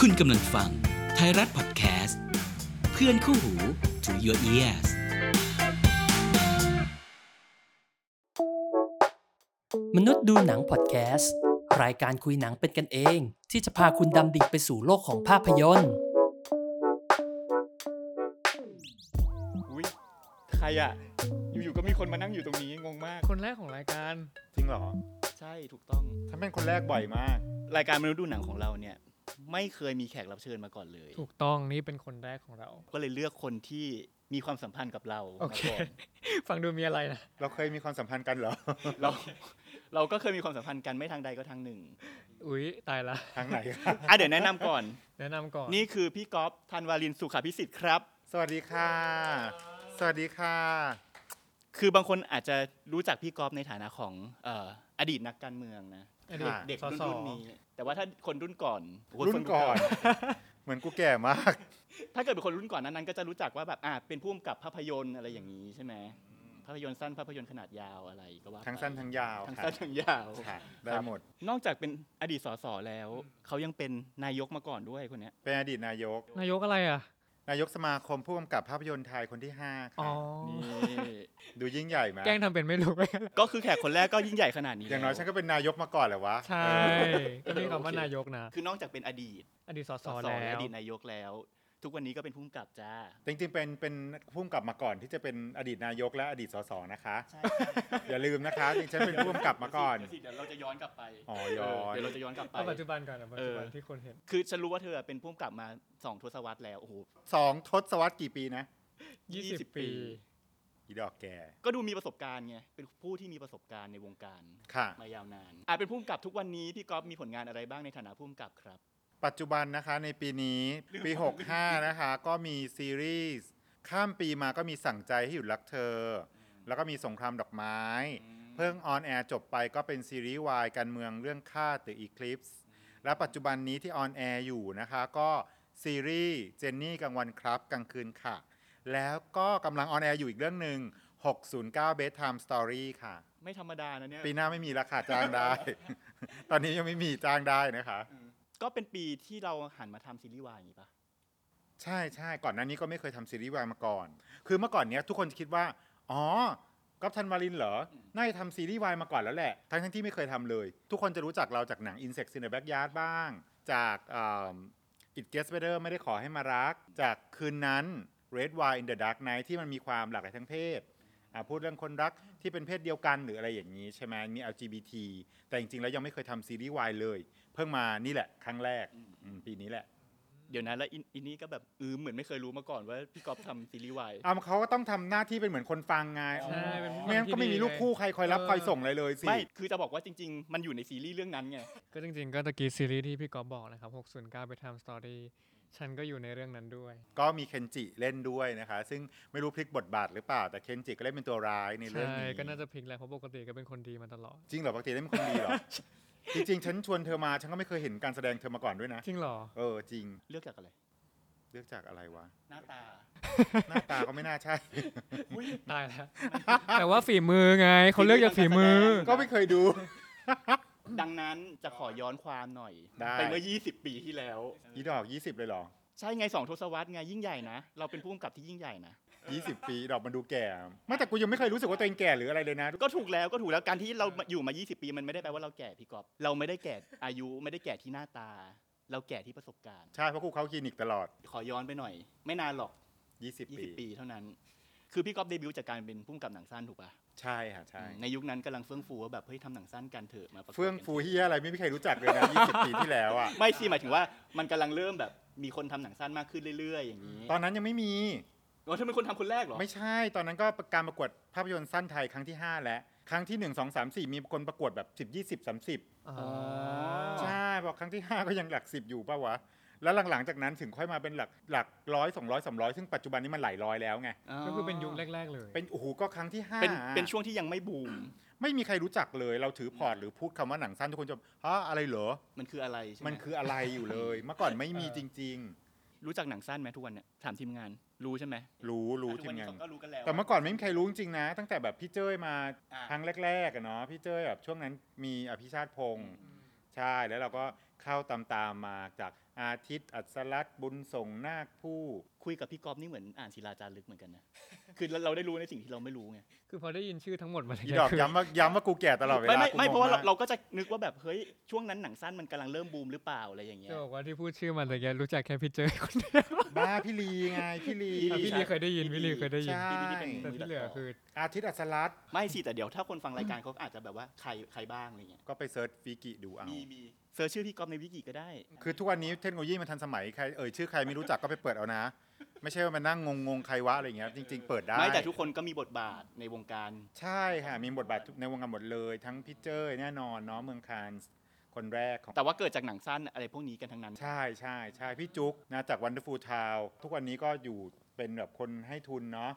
คุณกำลังฟังไทยรัฐพอดแคสต์ เพื่อนคู่หู to your ears มนุษย์ดูหนังพอดแคสต์ รายการคุยหนังเป็นกันเอง ที่จะพาคุณดำดิ่งไปสู่โลกของภาพยนตร์ อุ้ยใครอะอยู่ๆ ก็มีคนมานั่งอยู่ตรงนี้งงมาก คนแรกของรายการ จริงเหรอ ใช่ถูกต้อง ฉันเป็นคนแรกบ่อยมาก รายการมนุษย์ดูหนังของเราเนี่ย ไม่เคยมีแขกรับเชิญมาก่อนเลย ถูกต้องนี่เป็นคนแรกของเรา ก็เลยเลือกคนที่มีความสัมพันธ์กับเรา โอเค มาก่อน ฟังดูมีอะไรนะ เราเคยมีความสัมพันธ์กันเหรอ เรา เราก็เคยมีความสัมพันธ์กันไม่ทางใดก็ทางหนึ่ง อุ๊ย ตายละ ทางไหนครับ อ่ะเดี๋ยวแนะนำก่อน แนะนำก่อน นี่คือพี่ก๊อฟธันวาลินสุขาพิสิทธิ์ครับ สวัสดีค่ะ สวัสดีค่ะ คือบางคนอาจจะรู้จักพี่ก๊อฟในฐานะของเอ่ออดีตนักการเมืองนะ อดีต ค่ะ เด็ก ส รุ่น ส รุ่นนี้ แต่ว่าถ้าคนรุ่นก่อนโอ้โห รุ่ คน ก่อน เา เหมือนกูแก่มาก ถ้าเกิดเป็นคนรุ่นก่อนนั้นๆก็จะรู้จักว่าแบบอ่าเป็นผู้กำกับภาพยนตร์อะไรอย่างนี้ใช่ไหมภาพยนตร์สั้นภาพยนตร์ขนาดยาวอะไรก็ว่าไป ทั้งสั้นทั้งยาว ทั้ง ค่ะ สั้นทั้งยาว ค่ะ ได้หมด นอกจากเป็นอดีตสสแล้วเขายังเป็นนายกมาก่อนด้วยคนเนี้ย เป็นอดีตนายก นายกอะไรอ่ะ นายกสมาคมผู้กำกับภาพยนตร์ไทยคนที่ 5 อ๋ ค่ะ อ นี่ ดูยิ่งใหญ่ไหม แกล้งทำเป็นไม่รู้ ก็คือแขกคนแรกก็ยิ่งใหญ่ขนาดนี้ อย่างน้อยฉันก็เป็นนายกมาก่อนแหละวะ ใช่ เออ ก็นี่คำว่านายกนะ คือนอกจากเป็นอดีต อดีตสสสส แล้ และอ ว ดีตนายกแล้ว ทุกวันนี้ก็เป็นผู้กำกับจ้า จริงๆ เป็นเป็นผู้กำกับมาก่อนที่จะเป็นอดีตนายกและอดีตสสนะคะ ใช่ อย่าลืมนะคะจริงๆฉันเป็นผู้กำกับมาก่อน เดี๋ยวสิเดี๋ยวเราจะย้อนกลับไป อ๋อย้อน เดี๋ยวเราจะย้อนกลับไป เอาปัจจุบันก่อนนะปัจจุบัน เออ ที่คนเห็น คือฉันรู้ว่าเธอเป็นผู้กำกับมาสองทศวรรษแล้วโอ้โห สองทศวรรษกี่ปีนะ 20 ปี ปี อีดอกแก่ ก็ดูมีประสบการณ์ไง เป็นผู้ที่มีประสบการณ์ในวงการ ค่ะ มายาวนาน อาจเป็นผู้กำกับทุกวันนี้พี่ก๊อฟมีผลงานอะไรบ้างในฐานะผู้กำกับครับ ปัจจุบันนะคะในปีนี้ปี 65 นะคะ ก็มีซีรีส์ข้ามปีมาก็มีสั่งใจให้หยุดรักเธอ แล้วก็มีสงครามดอกไม้ เพิ่งออนแอร์จบไปก็เป็นซีรีส์วายการเมืองเรื่องฆ่าตืออีคลิปส์และปัจจุบันนี้ที่ออนแอร์อยู่นะคะ ก็ซีรีส์เจนนี่กลางวันครับกลางคืนค่ะ แล้วก็กำลังออนแอร์อยู่อีกเรื่องหนึ่ง609 bedtime story ค่ะ ไม่ธรรมดานะเนี่ย ปีหน้าไม่มีราคาจ้าง ได้ ตอนนี้ยังไม่มีจ้างได้นะคะ ก็เป็นปีที่เราหันมาทำซีรีส์วายอย่างนี้ปะ ใช่ใช่ก่อนหน้านี้ก็ไม่เคยทำซีรีส์วายมาก่อน คือเมื่อก่อนเนี้ยทุกคนจะคิดว่า อ๋อก๊อฟธันวาลินเหรอ น่าจะทำซีรีส์วายมาก่อนแล้วแหละ ทั้งทั้งที่ไม่เคยทำเลย ทุกคนจะรู้จักเราจากหนัง Insect in the Backyard บ้าง จากอิดเกสเบเดอร์ไม่ได้ขอให้มารัก จากคืนนั้น Red Wine in the Dark Night ที่มันมีความหลากหลายทางเพศอ่ะพูดเรื่องคนรักที่เป็นเพศเดียวกันหรืออะไรอย่างนี้ใช่ไหมมี LGBT แต่จริงๆแล้วยังไม่เคยทำซีรีส์วายเลย เพิ่งมานี่แหละ ครั้งแรกอืมปีนี้แหละ เดี๋ยวนะแล้วอินอินนี่ก็แบบเออเหมือนไม่เคยรู้มาก่อนว่าพี่ก๊อฟทำซีรีส์วาย อ่าเขาก็ต้องทำหน้าที่เป็นเหมือนคนฟังไง ใช่เป็นผู้ฟัง ไม่งั้นก็ไม่ ที่ดี มีลูกคู่ใครคอยรับ เออ คอยส่งอะไรเลยสิ ไม่ คือจะบอกว่าจริง ๆ มันอยู่ในซีรีส์เรื่องนั้นไง ก็จริงๆ ก็ตะกี้ซีรีส์ที่พี่กอฟบอกนะครับ 609 ไปทำสตอรี่ ฉันก็อยู่ในเรื่องนั้นด้วย ก็มีเคนจิเล่นด้วยนะคะ ซึ่งไม่รู้พลิกบทบาทหรือเปล่า แต่เคนจิก็เล่นเป็นตัวร้ายในเรื่อง ใช่ นี้ ก็น่าจะพลิกแหละเพราะปกติก็เป็นคนดีมาตลอด จริงเหรอปกติเล่นเป็นคนดีเหรอ จริงๆ ฉันชวนเธอมา ฉันก็ไม่เคยเห็นการแสดงเธอมาก่อนด้วยนะ จริงเหรอ เออจริง เลือกจากอะไร เลือกจากอะไรวะ หน้าตา หน้าตาก็ไม่น่าใช่ ตายแล้ว แต่ว่าฝีมือไงเขาเลือกจากฝีมือ ก็ไม่เคยดู ดังนั้นจะขอย้อนความหน่อย ได้ ปเมื่อ 20 ปีที่แล้ว ยีดอก 20 เลยเหรอ ใช่ไงสองทศวรรษไงยิ่งใหญ่นะ เราเป็นผู้กำกับที่ยิ่งใหญ่นะ 20 ปีดอกมันดูแก่ไม่แต่กูยังไม่เคยรู้สึกว่าตัวเองแก่หรืออะไรเลยนะ ก็ถูกแล้วก็ถูกแล้วการที่เราอยู่มา 20 ปีมันไม่ได้แปลว่าเราแก่พี่กอบเราไม่ได้แก่อายุไม่ได้แก่ที่หน้าตา เราแก่ที่ประสบการณ์ ใช่เพราะกูเข้าคลินิกตลอด ขอย้อนไปหน่อย ไม่นานหรอก 20 ปี 20 ปีเท่านั้น คือพี่กอบเดบิวต์จากการเป็นผู้กำกับหนังสั้นถูกปะ ใช่ค่ะใช่ ในยุคนั้นกำลังเฟื่องฟูว่าแบบเฮ้ยทำหนังสั้นกันเถอะมาประกวด เฟื่อง กัน ฟูเฮียอะไรไม่มีใครรู้จักเลยนะ 20 ปีที่แล้วอ่ะ ไม่สิหมายถึงว่ามันกำลังเริ่มแบบมีคนทำหนังสั้นมากขึ้นเรื่อย ๆ อย่างนี้ ตอนนั้นยังไม่มี โอ้เธอเป็นคนทำคนแรกเหรอ ไม่ใช่ ตอนนั้นก็การประกวดภาพยนตร์สั้นไทยครั้งที่ 5 แล้ว ครั้งที่ 1 2 3 4 มีคนประกวดแบบ 10 20 อ๋อ 30 ใช่บอกครั้งที่ 5 ก็ยังหลัก 10 อยู่ป่าวะ แล้วหลังๆจากนั้นถึงค่อยมาเป็นหลักหลักร้อยสองร้อยสามร้อยซึ่งปัจจุบันนี้มันหลายร้อยแล้วไง ก็คือเป็นยุคแรก ๆ เลย เป็นโอ้โหก็ครั้งที่5 เป็นเป็นช่วงที่ยังไม่บูม ไม่มีใครรู้จักเลย เราถือพอร์ตหรือพูดคำว่าหนังสั้นทุกคนจะฮะอะไรเหรอ มันคืออะไรใช่ไหม มันคืออะไรอยู่เลย เมื่อก่อนไม่มี เออ จริง รู้จักหนังสั้นไหมทุกวันเนี่ยถามทีมงานรู้ใช่ไหม ๆ รู้รู้ ทุก ที วั ม นนี้ งาน เขาก็รู้กันแล้ว แต่ อะ เมื่อก่อนไม่มีใครรู้จริงๆนะ ตั้งแต่แบบพี่เจ้ยมา อ่า ครั้งแรกๆอะเนาะพี่เจ้ยแบบช่วงนั้นมีอภิชาติพงศ์ใช่แล้วเราก็ เข้าตามตามๆมาจากอาทิตย์ อัศรัตน์บุญส่งนาคผู้ คุยกับพี่ก๊อฟนี่เหมือนอ่านศิลาจารึกเหมือนกันนะ คือเราเราได้รู้ในสิ่งที่เราไม่รู้ไง คือพอได้ยินชื่อทั้งหมดมาเลย อีดอก คือ ย้ำ ว่าย้ำว่ากูแก่ตลอดเวลา ไม่ไม่ไม่ กูงง เพราะว่าเรา ก เราก็จะนึกว่าแบบเฮ้ยช่วงนั้นหนังสั้นมันกำลังเริ่มบูมหรือเปล่าอะไรอย่างเงี้ย จะบอกว่าที่พูดชื่อมันแต่แกรู้จักแค่พี่เจอคนเดียว บ้าพี่ลีไง พี่ลี พี่ อ่ะพี่ลีเคยได้ยินพี่ลีเคยได้ยิน ใช่ ที่เป็น แต่ มือ ที่ ตัด เหลือ ต่อ คือ อาทิตย์อัศรัตน์ ไม่สิแต่เดี๋ยวถ้าคนฟังรายการเขาอาจจะแบบว่าใครใครบ้างอะไรเงี้ย ก็ไปเซิร์ชวิกิดูเอา มีมีเซิร์ชชื่อพี่ก๊อฟในวิกิก็ได้ คือทุกวันนี้เทคโนโลยีมันทันสมัยใครเอ่ยชื่อใครไม่รู้จักก็ไปเปิดเอานะ ไม่ใช่ว่ามันนั่งงงงๆใครวะอะไรอย่างเงี้ยจริง ๆ เปิดได้ ไม่แต่ทุกคนก็มีบทบาทในวงการ ใช่ค่ะมีบทบาทในวงการหมดเลย ทั้งพี่เจ้ยแน่นอนเนาะเมืองคานส์คนแรกของ แต่ว่าเกิดจากหนังสั้นอะไรพวกนี้กันทั้งนั้น ใช่ใช่ใช่พี่จุ๊กนะจากวันเดอร์ฟูลทาวทุกวันนี้ก็อยู่เป็นแบบคนให้ทุนเนาะ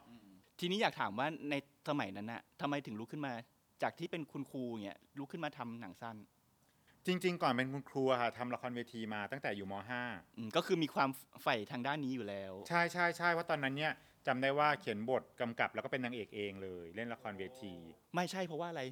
ทีนี้อยากถามว่าในสมัยนั้นน่ะทำไมถึงลุกขึ้นมา จากที่เป็นคุณครูเงี้ยลุกขึ้นมาทำหนังสั้น จริง ๆ ก่อนเป็นคุณครูอะค่ะทำละครเวทีมาตั้งแต่อยู่ม .5 อืมก็คือมีความใฝ่ทางด้านนี้อยู่แล้ว ใช่ใช่ใช่เพราะตอนนั้นเนี่ยจำได้ว่าเขียนบทกำกับแล้วก็เป็นนางเอกเองเลย เล่นละครเวที ไม่ใช่เพราะว่าอะไร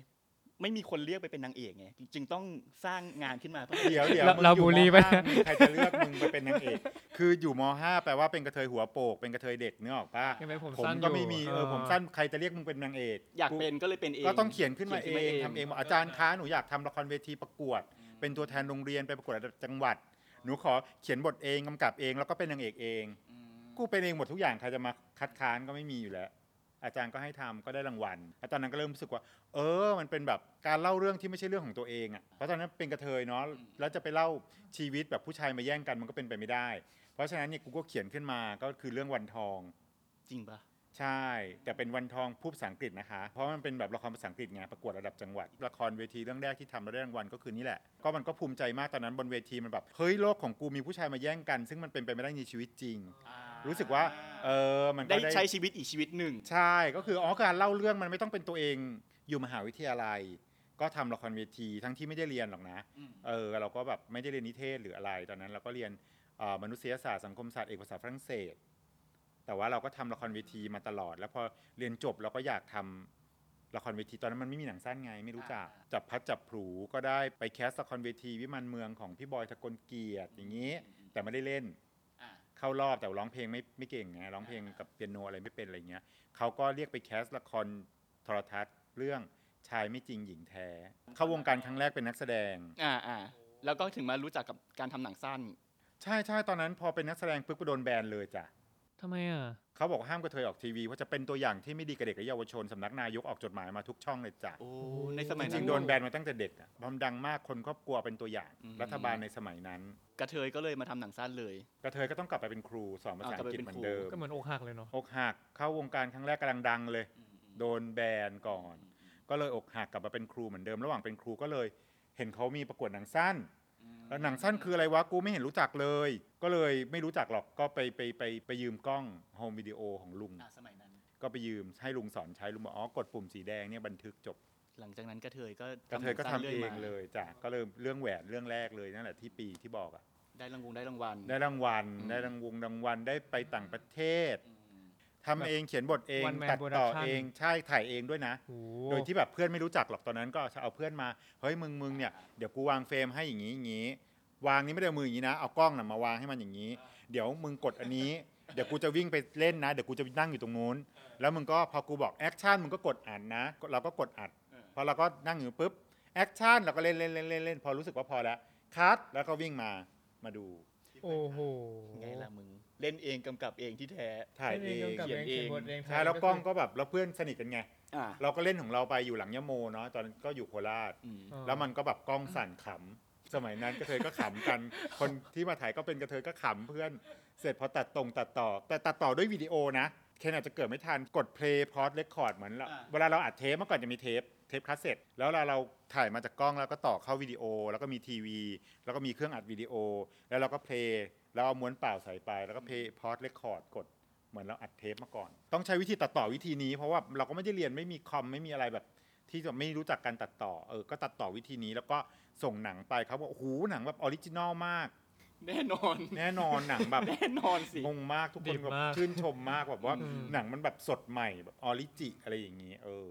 ไม่มีคนเรียกไปเป็นนางเอกไงจึงต้องสร้างงานขึ้นมาเพื่อ เดี๋ยวเดี๋ยว เรา มึง เรา อยู่ บูลลี่ ม ปะ ห้ามีใครจะเลือกมึงไปเป็นนางเอก คืออยู่มห้าแปลว่าเป็นกระเทยหัวโปกเป็นกระเทยเด็กเนื้อออกปะ ยังเป็นผม ผม สั้นอยู่ ก็ไม่มีเออผมสั้ น นใครจะเรียกมึงเป็นนางเอก อยากเป็นก็เลยเป็นเอง ก็ต้องเขียนขึ้นมาเอ ขีย งทำเองบอกอาจารย์คะหนูอยากทำละครเวทีประกวด เป็นตัวแทนโรงเรียนไปประกวดระดับจังหวัด หนูขอเขียนบทเองกำกับเองแล้วก็เป็นนางเอกเอง อืม กูเป็นเองหมดทุกอย่างใครจะมาคัดค้านก็ไม่มีอยู่แล้ว อาจารย์ก็ให้ทำก็ได้รางวัลแล้วตอนนั้นก็เริ่มรู้สึกว่า เออ มันเป็นแบบการเล่าเรื่องที่ไม่ใช่เรื่องของตัวเองอะ่ะเพราะตอนนั้นเป็นกระเทยเนาะแล้วจะไปเล่าชีวิตแบบผู้ชายมาแย่งกันมันก็เป็นไปไม่ได้ เพราะฉะนั้นเนี่ยกูก็เขียนขึ้นมาก็คือเรื่องวันทอง จริงปะ ใช่ แต่เป็นวันทองพูดภาษาอังกฤษนะคะ เพราะมันเป็นแบบละครภาษาอังกฤษไงประกวดระดับจังหวัด ละครเวทีเรื่องแรกที่ทำแล้วได้รางวัลก็คือนี่แหละ ก็มันก็ภูมิใจมากตอนนั้นบนเวทีมันแบบเฮ้ยโลกของกูมีผู้ชายมาแย่งกัน ซึ่งมันเป็นไปไม่ได้ในชีวิตจริง รู้สึกว่า เออ มันก็ ได้ ได้ ใช้ชีวิตอีกชีวิตหนึ่ง ใช่ก็คืออ๋อการเล่าเรื่องมันไม่ต้องเป็นตัวเองอยู่มหาวิทยาลัย ก็ทำละครเวทีทั้งที่ไม่ได้เรียนหรอกนะ อืม เออเราก็แบบไม่ได้เรียนนิเทศหรืออะไร ตอนนั้นเราก็เรียนเอ่อมนุษยศาสตร์สังคมศาสตร์เอกภาษาฝรั่งเศส แต่ว่าเราก็ทำละครเวทีมาตลอด แล้วพอเรียนจบเราก็อยากทำละครเวทีตอนนั้นมันไม่มีหนังสั้นไง ไม่รู้จักจับพัดจับผลูก็ได้ไปแคสละครเวทีวิมานเมืองของพี่บอยทะกลเกียรติอย่างนี้ แต่ไม่ได้เล่น เข้ารอบแต่ร้องเพลงไม่ไม่เก่งไงร้องเพลงกับเปียโนอะไรไม่เป็นอะไรเงี้ยเขาก็เรียกไปแคสละครโทรทัศน์เรื่องชายไม่จริงหญิงแท้ เข้าวงการครั้งแรกเป็นนักแสดง อ่าอ่าแล้วก็ถึงมารู้จักกับการทำหนังสั้น ใช่ใช่ตอนนั้นพอเป็นนักแสดงปึ๊บก็โดนแบนเลยจ้ะ ทำไมอ่ะ เขาบอกห้ามกระเทยออกทีวีเพราะจะเป็นตัวอย่างที่ไม่ดีกับเด็กและเยาวชนสำนักนายกออกจดหมายมาทุกช่องเลยจ้ะ โอ้ในสมัย จ นั้ ริ น งๆโดนแบนมาตั้งแต่เด็กอะความดังมากคนครอบครัวเป็นตัวอย่างรัฐบาลในสมัยนั้น กระเทยก็เลยมาทำหนังสั้นเลย กระเทยก็ต้องกลับไปเป็นครูสอนภาษาอังกฤษเหมือนเดิม ก็เหมือนอกหักเลยเนาะ อกหักเข้าวงการครั้งแรกกำลังดังเลย โดนแบนก่อน ก็เลยอกหักกลับมาเป็นครูเหมือนเดิม ระหว่างเป็นครูก็เลย เห็นเขามีประกวดหนังสั้นแล้วหนังสั้นคืออะไรวะกูไม่เห็นรู้จักเลย ก็เลยไม่รู้จักหรอกก็ไปไปไปไปยืมกล้องโฮมวิดีโอของลุง อ่าสมัยนั้น ก็ไปยืมให้ลุงสอนใช้ลุงบอกอ๋อกดปุ่มสีแดงเนี่ยบันทึกจบ หลังจากนั้นกระเทยก็ กระเทยก็ทำเองเลย ยจ้ะก็เลยเรื่องแหวนเรื่องแรกเลยนั่นแหละที่ปีที่บอกอะ ได้รางวงได้รางวัล ได้รางวัล ได้รางวงรางวัล ได้ไปต่างประเทศ ทำเองเขียนบทเอง One man ตัดต่อ production เอง ใช่ ถ่ายเองด้วยนะ โอ้ โดยที่แบบเพื่อนไม่รู้จักหรอกตอนนั้นก็เอาเพื่อนมา เฮ้ยมึงมึงเนี่ย เดี๋ยวกูวางเฟรมให้อย่างนี้อย่างนี้ วางนี้ไม่ได้เอามืออย่างนี้นะ เอากล้องน่ะมาวางให้มันอย่างนี้ เดี๋ยวมึงกดอันนี้ เดี๋ยวกูจะวิ่งไปเล่นนะ เดี๋ยวกูจะนั่งอยู่ตรงนู้น แล้วมึงก็พอกูบอกแอคชั่นมึงก็กดอัดนะ เราก็กดอัด พอเราก็นั่งอยู่ปุ๊บแอคชั่นเราก็เล่นเล่นเล่นเล่นเล่นพอรู้สึกว่าพอแล้วคัดแล้วก็วิ่งมา มาดู โอ้โห ไงล่ะมึง เล่นเองกำกับเองที่แท้ ถ่ายเอง กำกับ เขียน เขียน เอง บทเอง ใช่แล้วกล้องก็แบบแล้วเพื่อนสนิทกันไง อ่า เราก็เล่นของเราไปอยู่หลังยะโมเนาะตอนนั้นก็อยู่โคราช อ๋อ แล้วมันก็แบบกล้องสั่นขำสมัยนั้นกระเทยก็ขำกัน คนที่มาถ่ายก็เป็นกระเทยก็ขำเพื่อน เสร็จพอตัดตรงตัดต่อ แต่ตัดต่อด้วยวิดีโอนะเคนอาจจะเกิดไม่ทันกดเพลย์พอดเรคคอร์ดเหมือนเราเวลาเราอัดเทปเมื่อก่อนจะมีเทปเทปคาสเซ็ตแล้วเราเราถ่ายมาจากกล้องแล้วก็ต่อเข้าวิดีโอ แล้วก็มีทีวี แล้วก็มีเครื่องอัดวิดีโอ แล้วเราก็เพลย์แล้วเอาม้วนเปล่าใส่ไปแล้วก็เพลย์พอดเรคคอร์ดกด เหมือนเราอัดเทปมาก่อน ต้องใช้วิธีตัดต่อวิธีนี้ เพราะว่าเราก็ไม่ได้เรียนไม่มีคอมไม่มีอะไรแบบ ที่จะไม่รู้จักการตัดต่อเออก็ตัดต่อวิธีนี้แล้วก็ส่งหนังไปเขาบอกโอ้โหหนังแบบออริจินอลมาก แน่นอน แน่นอนหนังแบบ แน่นอนสิ งงมากทุกคน ดี แบบ มาก ชื่นชมมากแบบว่า อืม หนังมันแบบสดใหม่แบบออริจิอะไรอย่างนี้ เออ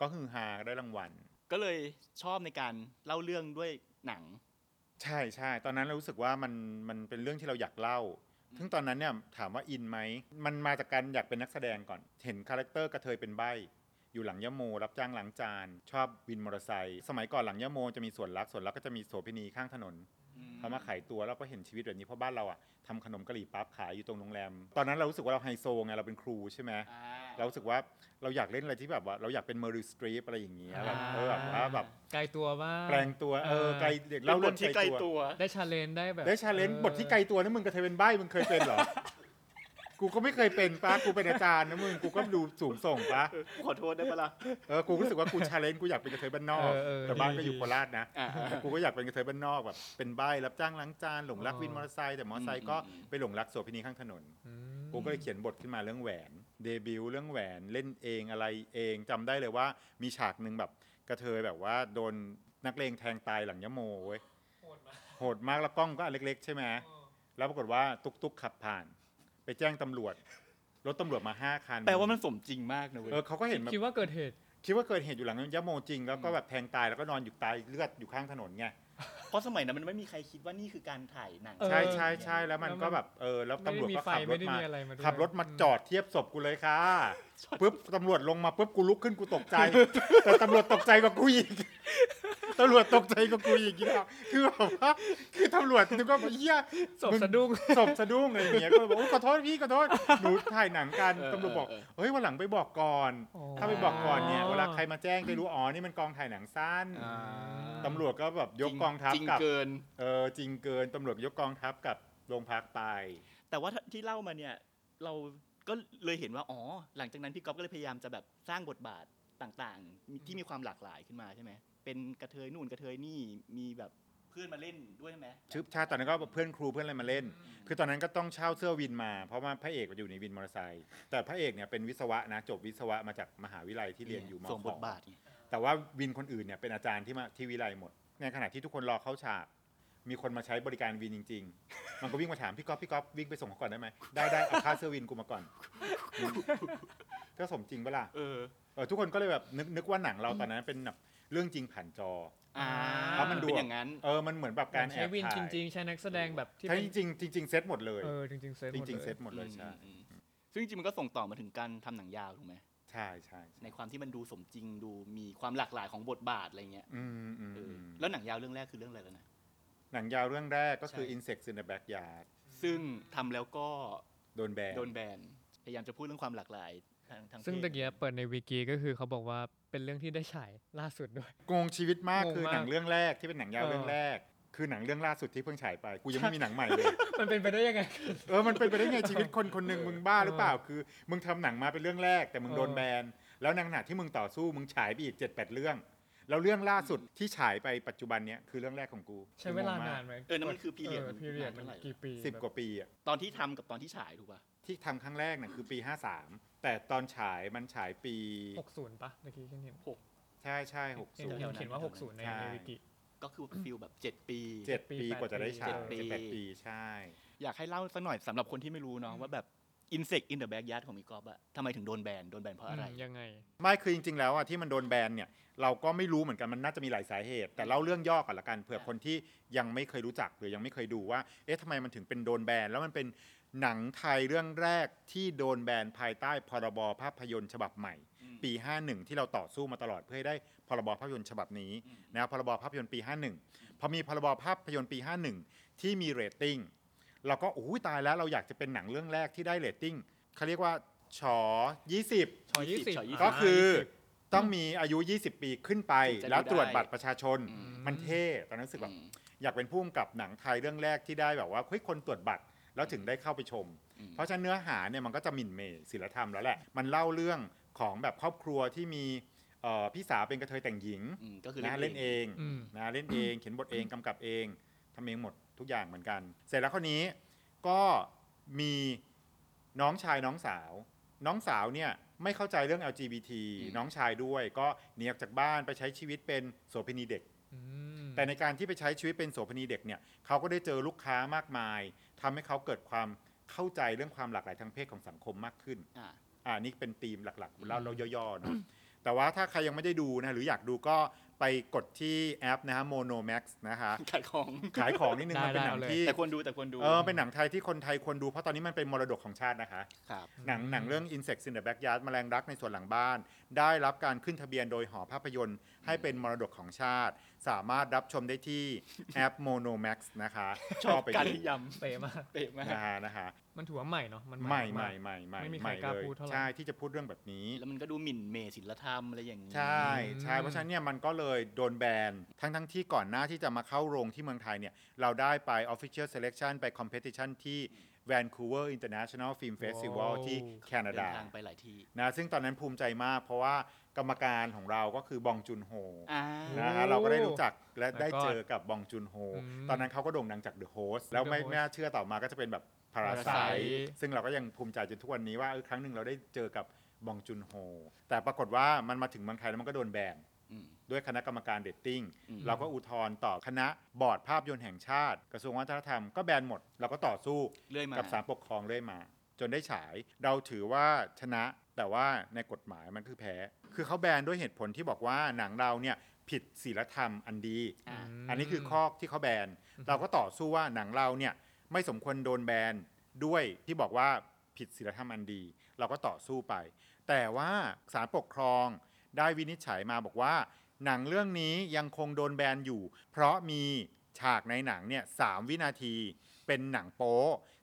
ก็คือฮาได้รางวัล ก็เลยชอบในการเล่าเรื่องด้วยหนัง ใช่ใช่ตอนนั้นเรารู้สึกว่ามันมันเป็นเรื่องที่เราอยากเล่า ซึ่งตอนนั้นเนี่ยถามว่าอินไหม มันมาจากการอยากเป็นนักแสดงก่อน เห็นคาแรคเตอร์กระเทยเป็นใบ อยู่หลังยะโม รับจ้างล้างจาน ชอบวินมอเตอร์ไซค์ สมัยก่อนหลังยะโมจะมีสวนรักสวนรักก็จะมีโสเภณีข้างถนน เขามาขายตัวแล้วก็เห็นชีวิตแบบนี้เพราะบ้านเราอะทำขนมกะหรี่ปั๊บขายอยู่ตรงโรงแรม ตอนนั้นเรารู้สึกว่าเราไฮโซไงเราเป็นครูใช่ไหม อ่ เรารู้สึกว่าเราอยากเล่นอะไรที่แบบว่าเราอยากเป็นเมอริสตรีปอะไรอย่างเงี้ยแบบเออแบบว่าแบบ ไกลตัวบ้าง แปลงตัวเออไกลเด็กเล่า เล่า เรื่ เรื่ออง งที่ไก ไก ล ลตัว ตัว ได้ชาเลนได้แบบ ได้ชาเลนจ์บทที่ไกลตัวนะมึงกระเทยเป็นใบ้มึงเคยเป็นเหรอ กูก็ไม่เคยเป็นป้ากูเป็นอาจารย์นะมึงกูก็ดูสูงส่งป้า เออกูขอโทษได้ปะล่ะ เออกูรู้สึกว่ากูชาเลนจ์กูอยากเป็นกระเทยบ้านนอก แต่บ้านก็อยู่โคราชนะ อ่า แต่กูก็อยากเป็นกระเทยบ้านนอกแบบเป็นใบรับจ้างล้างจานหลงรักวินมอเตอร์ไซค์แต่มอเตอร์ไซค์ก็ อืม ไปหลงรักโสเภณีข้างถนน อืม กูก็เลยเขียนบทขึ้นมาเรื่องแหวน เดบิวต์เรื่องแหวนเล่นเองอะไรเองจำได้เลยว่ามีฉากหนึ่งแบบกระเทยแบบว่าโดนนักเลงแทงตายหลังยะโมเว้ยโหดมากแล้วกล้องก็อันเล็กๆ ใช่ไหมแล้วปรากฏว่าตุ๊กๆขับผ่าน ไปแจ้งตำรวจรถตำรวจมาห้าคัน แปลว่ามันสมจริงมากนะเว้ย เออเขาก็เห็นแบบ คิดว่าเกิดเหตุ คิดว่าเกิดเหตุอยู่หลังยะโมจริงแล้วก็แบบแทงตายแล้วก็นอนอยู่ตายเลือดอยู่ข้างถนนไง เพราะสมัยนั้นมันไม่มีใครคิดว่านี่คือการถ่ายหนัง เออ ใช่ใช่ใช่แล้วมัน แล้วมัน ก็แบบเออแล้วตำรวจก็ขับร ไม่ได้ถมีไฟไม่ได้มามีอะไรมาด้วย ขับรถมา อืม จอดเทียบศพกูเลยค่ะปุ๊บตำรวจลงมาปุ๊บกูลุกขึ้นกูตกใจ แต่ตำรวจตกใจกว่ากูอีกตำรวจตกใจกว่ากูอีกนี่ครับคือแบบว่าคือตำรวจนึกว่าเฮีย ศพสะดุ้ง ศพสะดุ้งอะไรอย่างเงี้ยก็เลยบอกโอ้ขอโทษพี่ขอโทษหนูถ่ายหนังกัน เออ ตำรวจบอก เออเออ เฮ้ยวันหลังไปบอกก่อน โอ้ ถ้าไปบอกก่อนเนี่ยเวลาใครมาแจ้งจะรู้อ๋อนี่มันกองถ่ายหนังสั้น อ่า ตำรวจก็แบบยกกองทัพ จริง กลับ เกิน เออจริงเกินตำรวจยกกองทัพกลับโรงพักไป แต่ว่าที่เล่ามาเนี่ย เราก็เลยเห็นว่า อ๋อ หลังจากนั้นพี่ก๊อฟก็เลยพยายามจะแบบสร้างบทบาทต่างๆมีที่มีความหลากหลายขึ้นมาใช่ไหม เป็นกระเทยนู่นกระเทยนี่มีแบบเพื่อนมาเล่นด้วยไหม ชึบชาตอนนั้นก็เพื่อนครูเพื่อนอะไรมาเล่น คือตอนนั้นก็ต้องเช่าเสื้อวินมา เพราะว่าพระเอกอยู่ในวินมอเตอร์ไซค์แต่พระเอกเนี่ยเป็นวิศวะนะจบวิศวะมาจากมหาวิทยาลัยที่เรียนอยู่ม สวม ข บทอง บาทไง แต่ว่าวินคนอื่นเนี่ยเป็นอาจารย์ที่มาที่วิไลหมด ในขณะที่ทุกคนรอเข้าฉาก มีคนมาใช้บริการวินจริง ๆ มันก็วิ่งมาถามพี่ก๊อฟพี่ก๊อฟวิ่งไปส่งเขาก่อนได้ไหมได้ได้เอาค่าเสื้อวินกูมาก่อนก็สมจริงเปะล่า เออ เออทุกคนก็เลยแบบนึกนึกว่าหนังเราตอนนั้นเป็นแบบเรื่องจริงผ่านจอ อ่า เพราะมันดู เป็นอย่างนั้น เออ มันเหมือนแบบการแอ ใช้ บ วิน ถ่าย จริง ๆ ใช้นักแสดงแบบที่ ใช่ เป็น จริงๆจริงๆเซตหมดเลย เออจริงๆเซตห จ มดลริงๆ ย เซตหมดเลยใช่ อืมอืมซึ่งจริงๆมันก็ส่งต่อมาถึงการทำหนังยาวถูกไหม ใช่ใช่ใช่ ในความที่มันดูสมจริงดูมีความหลากหลายของบทบาทอะไรเงี้ย อืมอืม เออ อืม แล้วหนังยาวเรื่องแรกคือเรื่องอะไรแล้วนะ หนังยาวเรื่องแรกก็คือ ใช่ Insects in the Backyard ซึ่งทำแล้วก็ โดนแบน โดนแบน พยายามจะพูดเรื่องความหลากหลายทางทาง ซึ่ง เพศ ตะเกียบเปิดในวิกิก็คือเขาบอกว่าเป็นเรื่องที่ได้ฉายล่าสุดด้วย งงชีวิตมาก งงมาก คือหนังเรื่องแรกที่เป็นหนังยาว เออ เรื่องแรก คือหนังเรื่องล่าสุดที่เพิ่งฉายไป กูยังไม่มีหนังใหม่เลย มันเป็นไปได้ยังไง เออ มันเป็นไปได้ไงชีวิตคนคนหนึ่งมึงบ้าหรือเปล่า คือ มึงทำหนังมาเป็นเรื่องแรกแต่มึงโดน เออ แบน แล้วในขณะที่มึงต่อสู้มึงฉายไปอีกเจ็ดแปดเรื่อง แล้วเรื่องล่าสุดที่ฉายไปปัจจุบันเนี้ยคือเรื่องแรกของกู ใช้เวลาง งม นานไหม เออนั่นมันคือพี เอ เรียด อพีเรียดมันกี่ปี สิบกว่าปีอะ ตอนที่ทำกับตอนที่ฉายถูกป่ะ ที่ทำครั้งแรกน่ะคือปี 53 แต่ตอนฉายมันฉายปี หกศูนย์ปะตะกี้ฉันเห็น ใช่ใช่หก เห็ ศู น นย์ แถวๆ เขียนว่าหกศูนย์ในในวิกิ ก็คือฟิลแบบเจ็ดปี เจ็ดปี เจ็ดปี กว่าจะได้ฉาย เจ็ เจ็ ดปี ดแปดปีใช่ อยากให้เล่าสักหน่อยสำหรับคนที่ไม่รู้เนาะว่าแบบ Insect in the Backyard ของมีกอฟอะทำไมถึงโดนแบน โดนแบนเพราะอะไร ยังไง ไม่คือจริง ๆ แล้วอ่ะที่มันโดนแบนเนี่ย เราก็ไม่รู้เหมือนกันมันน่าจะมีหลายสาเหตุ แต่เล่าเรื่องย่อก่อนละกันเผื่อคนที่ยังไม่เคยรู้จักหรือยังไม่เคยดูว่า เอ๊ะทำไมมันถึงเป็นโดนแบน แล้วมันเป็นหนังไทยเรื่องแรกที่โดนแบนภายใต้พรบภาพยนตร์ฉบับใหม่ ปี 51 ที่เราต่อสู้มาตลอดเพื่อให้ได้พรบภาพยนตร์ฉบับนี้นะครับพรบภาพยนตร์ปี 51 พอมีพรบภาพยนตร์ปี 51 ที่มีเรตติ้งเราก็อู้ตายแล้วเราอยากจะเป็นหนังเรื่องแรกที่ได้เรตติ้งเขาเรียกว่าชอช20อยยี่สิบ ก็คือต้องมีอายุ 20 ปีขึ้นไป ถึงจะดู แล้วตรวจ ได้ บัตรประชาชน อืม มันเท่ ตอนนั้นรู้สึกแบบ อืม อยากเป็นผู้กำกับหนังไทยเรื่องแรกที่ได้แบบว่าเฮ้ยคนตรวจบัตรแล้วถึงได้เข้าไปชม อืม เพราะฉะนั้นเนื้อหาเนี่ยมันก็จะหมิ่นเหมศิลธรรมแล้วแหละ มันเล่าเรื่องของแบบครอบครัวที่มีเอ่อพี่สาวเป็นกระเทยแต่งหญิง อืมก็คือ นะเล่นเอง อืม นะเล่นเองเขียนบทเองกำกับเองทำเองหมดทุกอย่างเหมือนกัน เสร็จแล้วคนนี้ก็มี น้องชายน้องสาว น้องสาวเนี่ยไม่เข้าใจเรื่อง LGBT อืม น้องชายด้วย ก็หนีออกจากบ้านไปใช้ชีวิตเป็นโสเภณีเด็ก อืม แต่ในการที่ไปใช้ชีวิตเป็นโสเภณีเด็กเนี่ยเขาก็ได้เจอลูกค้ามากมายทำให้เขาเกิดความเข้าใจเรื่องความหลากหลายทางเพศของสังคมมากขึ้น อ่า อ่านี่เป็นธีมหลักๆเล่าเราย่อๆเนอะแต่ว่าถ้าใครยังไม่ได้ดูนะหรืออยากดูก็ ไปกดที่แอปนะฮะโมโนแม็กซ์นะคะ ขายของ ขายของนิดนึง ได้ มันเป็นหนัง ได้เอาเลย ที่ แต่ควรดูแต่ควรดู เออเป็นหนังไทยที่คนไทยควรดูเพราะตอนนี้มันเป็นมรดกของชาตินะคะ ครับ หนังหนังเรื่อง Insects in the Backyard แมลงรักในส่วนหลังบ้าน ได้รับการขึ้นทะเบียนโดยหอภาพยนตร์ ให้เป็นมรดกของชาติ สามารถรับชมได้ที่ แอ ป Monomax นะคะ ชอบ เข้าไป การ ดู ย เป๊ะมาก ำเตะมาก นะฮะนะฮะ มันถือว่าใหม่เนาะมัน ใหม่ าก ใหม่ใหม่ใหม่ ไม่มี ให ใคร ม่ กล้า เลย พูดเท่าไหร่ ใช่ที่จะพูดเรื่องแบบนี้ แล้วมันก็ดูหมิ่นเมศิลธรรมอะไรอย่างนี้ ใช่ใช่ อืม เพราะฉะนั้นเนี่ยมันก็เลยโดนแบนทั้งทั้งๆที่ก่อนหน้าที่จะมาเข้าโรงที่เมืองไทยเนี่ย เราได้ไป Official Selection ไป Competition ที่ Vancouver International Film Festival ที่แคนา เดิ ดา นทางไปหลายที่ นะซึ่งตอนนั้นภูมิใจมากเพราะว่ากรรมการของเราก็คือบองจุนโฮ อ่า นะฮะเราก็ได้รู้จักและ แล้วก็ ได้เจอกับบองจุนโฮ อืม ตอนนั้นเขาก็โด่งดังจากเดอะโฮสแล้วไม่ The Host ไม่น่าเชื่อต่อมาก็จะเป็นแบบพาราไซ Parasite ซึ่งเราก็ยังภูมิใจจนทุกวันนี้ว่าเออครั้งหนึ่งเราได้เจอกับบองจุนโฮ แต่ปรากฏว่ามันมาถึงเมืองไทยแล้วมันก็โดนแบนด้วยคณะกรรมการเดตติ้ง อืม เราก็อุทธรณ์ต่อคณะบอร์ดภาพยนตร์แห่งชาติ กระทรวงวัฒนธรรมก็แบนหมดเราก็ต่อสู้ เรื่อยมา กับสารปกครองเรื่อยมา จนได้ฉายเราถือว่าชนะแต่ว่าในกฎหมายมันคือแพ้ คือเขาแบนด้วยเหตุผลที่บอกว่าหนังเราเนี่ยผิดศีลธรรมอันดี อ่า อันนี้คือข้อที่เขาแบน เราก็ต่อสู้ว่าหนังเราเนี่ยไม่สมควรโดนแบนด้วยที่บอกว่าผิดศีลธรรมอันดี เราก็ต่อสู้ไป แต่ว่าศาลปกครองได้วินิจฉัยมาบอกว่า หนังเรื่องนี้ยังคงโดนแบนอยู่ เพราะมีฉากในหนังเนี่ยสามวินาทีเป็นหนังโป๊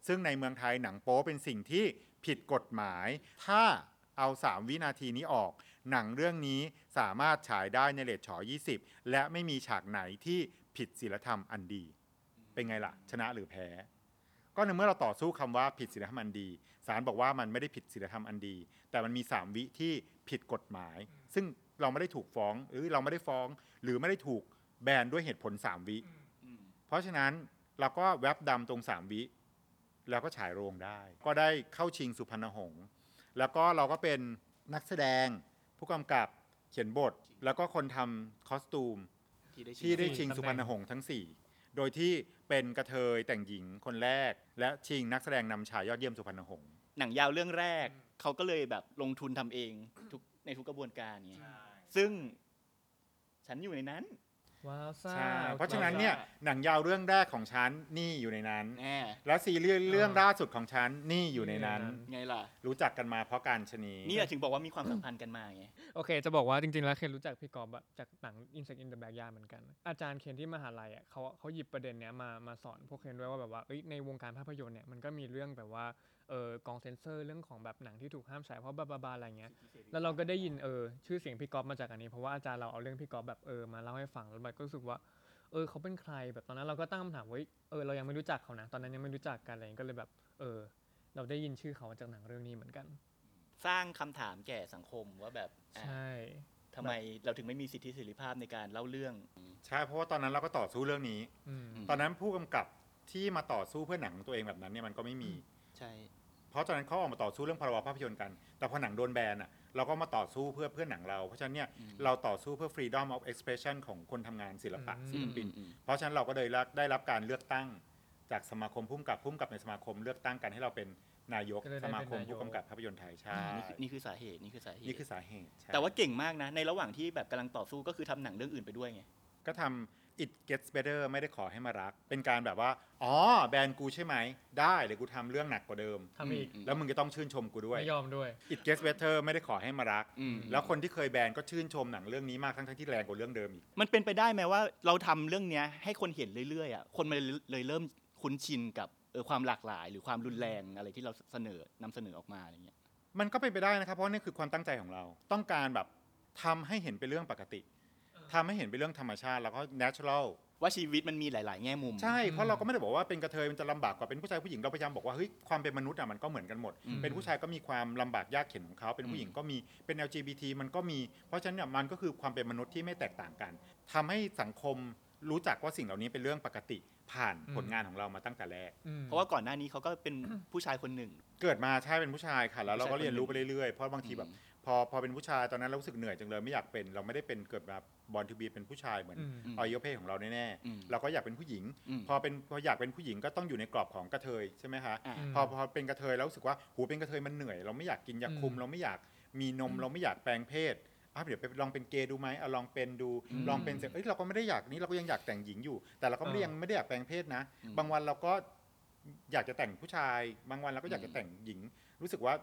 ซึ่งในเมืองไทยหนังโป๊เป็นสิ่งที่ผิดกฎหมาย ถ้าเอา 3 วินาทีนี้ออก หนังเรื่องนี้สามารถฉายได้ในเลทฉอ20 และไม่มีฉากไหนที่ผิดศีลธรรมอันดี เป็นไงล่ะ ชนะหรือแพ้ ก็ในเมื่อเราต่อสู้คำว่าผิดศีลธรรมอันดีศาลบอกว่ามันไม่ได้ผิดศีลธรรมอันดี แต่มันมีสามวิที่ผิดกฎหมาย ซึ่งเราไม่ได้ถูกฟ้องหรือเราไม่ได้ฟ้อง หรือไม่ได้ถูกแบนด้วยเหตุผลสามวิ อืม เพราะฉะนั้นเราก็แว็บดำตรงสามวิ แล้วก็ฉายโรงได้ ก็ได้เข้าชิงสุพรรณหงษ์แล้วก็เราก็เป็นนักแสดง ผู้กำกับเขียนบท แล้วก็คนทำคอสตูม ที่ได้ชิง ที่ได้ สี่ ชิง ตำแหน่ง สุพรรณหงษ์ทั้ง 4 โดยที่เป็นกระเทยแต่งหญิงคนแรก และชิงนักแสดงนำชายยอดเยี่ยมสุพรรณหงษ์ หนังยาวเรื่องแรก เขาก็เลยแบบลงทุนทำเองทุกในทุกกระบวนการเนี้ยซึ่ง ฉันอยู่ในนั้น ว้าวซ่า ใช่ เพราะฉะนั้นเนี่ยหนังยาวเรื่องแรกของฉันนี่อยู่ในนั้น แน่ และซีรีส์เรื่องล่าสุดของฉันนี่อยู่ในนั้น ไงล่ะ รู้จักกันมาเพราะการชนี นี่แหละถึงบอกว่ามีความสัมพันธ์กันมาไง โอเค จะบอกว่าจริงๆ แล้วเคนรู้จักพี่กอบแบบจากหนัง Insect in the Backyard เหมือนกัน อาจารย์เคนที่มหาลัยอ่ะเขาเขาหยิบประเด็นเนี้ยมามาสอนพวกเคนด้วยว่าแบบว่าเอ้ยในวงการภาพยนตร์เนี่ยมันก็มีเรื่องแบบว่าเออกองเซนเซอร์เรื่องของแบบหนังที่ถูกห้ามฉายเพราะบาบาบาอะไรเงี้ยแล้วเราก็ได้ยินเออชื่อเสียงพี่กอบมาจากอันนี้เพราะว่าอาจารย์เราเอาเรื่องพี่กอบแบบเออมาเล่าให้ฟังแล้วมันก็รู้สึกว่าเออเขาเป็นใครแบบตอนนั้นเราก็ตั้งคำถามว่าเอ้ยเออเรายังไม่รู้จักเขานะตอนนั้นยังไม่รู้จักกันอะไรเงี้ยก็เลยแบบเออ เราได้ยินชื่อเขาจากหนังเรื่องนี้เหมือนกัน สร้างคำถามแก่สังคมว่าแบบอ่ะ ใช่ ทำไมเราถึงไม่มีสิทธิเสรีภาพในการเล่าเรื่อง ใช่ เพราะว่าตอนนั้นเราก็ต่อสู้เรื่องนี้ อืม ตอนนั้นผู้กำกับที่มาต่อสู้เพื่อหนังตัวเองแบบนั้นเนี่ยมันก็ไม่มี ใช่ เพราะตอนนั้นเขาออกมาต่อสู้เรื่องพรบภาพยนตร์กัน แต่พอหนังโดนแบนอ่ะเราก็มาต่อสู้เพื่อเพื่อหนังเรา เพราะฉะนั้นเนี่ยเราต่อสู้เพื่อ freedom of expression ของคนทำงานศิลปะ อืม ศิลปิน อืม เพราะฉะนั้นเราก็เลยรับได้รับการเลือกตั้ง จากสมาคมผู้กำกับผู้กำกับในสมาคมเลือกตั้งกันให้เราเป็นนายก ก็เลยได้ ส เป็น มาคม นายก ผู้กำกับภาพยนตร์ไทยใช่ นี่คือนี่คือสาเหตุนี่คือสาเหตุ นี่คือสาเหตุใช่ แต่ว่าเก่งมากนะ ในระหว่างที่แบบกำลังต่อสู้ก็คือทำหนังเรื่องอื่นไปด้วยไง ก็ทำ it gets better ไม่ได้ขอให้มารัก เป็นการแบบว่า อ๋อ แบรนด์กูใช่ไหม ได้เดี๋ยวกูทำเรื่องหนักกว่าเดิม ทำอีก อืม แล้วมึงก็ต้องชื่นชมกูด้วย ไม่ยอมด้วย it gets better ไม่ได้ขอให้มารัก อืม แล้วคนที่เคยแบนก็ชื่นชมหนังเรื่องนี้มากทั้งๆที่แรงกว่าเรื่องเดิมอีก มันเป็นไปได้ไหมว่าเราทำเรื่องเนี้ยให้คนเห็นเรื่อยๆอ่ะคนมันเลยเริ่มคุ้นชินกับเออความหลากหลาย หรือความรุนแรงอะไรที่เราเสนอนำเสนอออกมาอะไรเงี้ย มันก็เป็นไปได้นะครับ เพราะนี่คือความตั้งใจของเรา ต้องการแบบทำให้เห็นเป็นเรื่องปกติทำให้เห็นเป็นเรื่องธรรมชาติแล้วก็ natural ว่าชีวิตมันมีหลาย ๆ แง่มุม ใช่ เพราะเราก็ไม่ได้บอกว่าเป็นกระเทยมันจะลำบากกว่าเป็นผู้ชายผู้หญิงเราพยายามบอกว่าเฮ้ยความเป็นมนุษย์อ่ะมันก็เหมือนกันหมด อืม เป็นผู้ชายก็มีความลำบากยากเข็นของเขา เป็นผู้หญิงก็มีเป็น LGBT มันก็มี เพราะฉะนั้นเนี่ยมันก็คือความเป็นมนุษย์ที่ไม่แตกต่างกันทำให้สังคมรู้จักว่าสิ่งเหล่านี้เป็นเรื่องปกติผ่าน อืม ผลงานของเรามาตั้งแต่แรก อืม เพราะว่าก่อนหน้านี้เขาก็เป็นผู้ชายคนหนึ่ง เกิดมาใช่เป็นผู้ชายค่ะแล้วเราก็เรียนรู้ไปเรื่อยๆเพราะบางทีแบบ อืม พอพอเป็นผู้ชายตอนนั้นเรารู้สึกเหนื่อยจังเลยไม่อยากเป็น เราไม่ได้เป็นเกิดมาบอลทูบีเป็นผู้ชายเหมือน อืม ออยเพศของเราแน่ อืม ๆเราก็อยากเป็นผู้หญิง ม พอเป็นพออยากเป็นผู้หญิงก็ต้องอยู่ในกรอบของกระเทยใช่ไหมคะ อ่ะ พอพอเป็นกระเทยแล้วรู้สึกว่าหูเป็นกระเทยมันเหนื่อย เราไม่อยากกินยาคุม อืม เราไม่อยากมีนมเราไม่อยากแปลงเพศ อ่ะเดี๋ยวไปลองเป็นเกย์ดูไหมอ่ะลองเป็นดู อืม ลองเป็นเสร็จเอ้ยเราก็ไม่ได้อยากนี้เราก็ยังอยากแต่งหญิงอยู่ แต่เราก็ไม่ได้ เออ ยังไม่ได้อยากแปลงเพศนะ อืม บางวันเราก็อยากจะแต่งผู้ชาย บางวันเราก็อยาก อื จะ ม แต่งหญิง รู้สึกว่า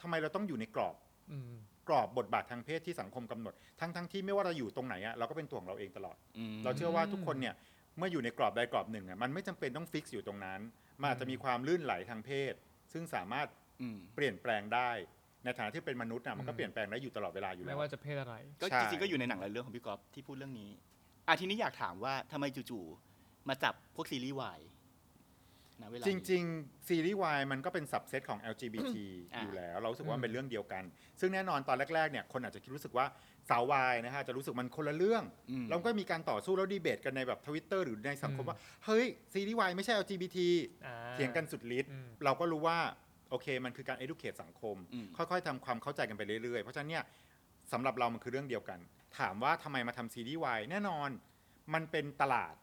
ทำไมเราต้องอยู่ในกรอบ อืม กรอบบทบาททางเพศที่สังคมกำหนด ทั้งทั้งที่ไม่ว่าเราอยู่ตรงไหนอะเราก็เป็นตัวของเราเองตลอด อืม เราเชื่อว่าทุกคนเนี่ยเมื่ออยู่ในกรอบใดกรอบหนึ่งอะมันไม่จำเป็นต้องฟิกซ์อยู่ตรงนั้น มันอาจจะมีความลื่นไหลทางเพศ ซึ่งสามารถ อืม เปลี่ยนแปลงได้ ในฐานะที่เป็นมนุษย์อะมันก็ อืม เปลี่ยนแปลงได้อยู่ตลอดเวลาอยู่แล้ ไม่ ว ว่าจะเพศอะไร ก็ ใช่ จริงๆก็อยู่ในหนังหลายเรื่องของพี่ก๊อฟที่พูดเรื่องนี้อ่ะทีนี้อยากถามว่าทำไมจู่ๆมาจับพวกซีรีส์วายนะเวลา จ นี้ ริง ๆ ซีรีส์วายมันก็เป็นสับเซตของ LGBT อ่า อยู่แล้ว เรารู้สึกว่า อืม เป็นเรื่องเดียวกัน ซึ่งแน่นอนตอนแรกๆเนี่ยคนอาจจะคิดรู้สึกว่าสาววายนะฮะจะรู้สึกมันคนละเรื่อง อืม เราก็มีการต่อสู้แล้วดีเบตกันในแบบทวิตเตอร์หรือในสังคม อืม ว่า เฮ้ย ซีรีส์วายไม่ใช่ LGBT อ่า เถียงกันสุดฤทธิ์ อืม เราก็รู้ว่า โอเคมันคือการ educate สังคม อืม ค่อยๆทำความเข้าใจกันไปเรื่อยๆ เพราะฉะนั้นเนี่ยสำหรับเรามันคือเรื่องเดียวกัน ถามว่าทำไมมาทำซีรีส์วายแน่นอนมันเป็นตลาด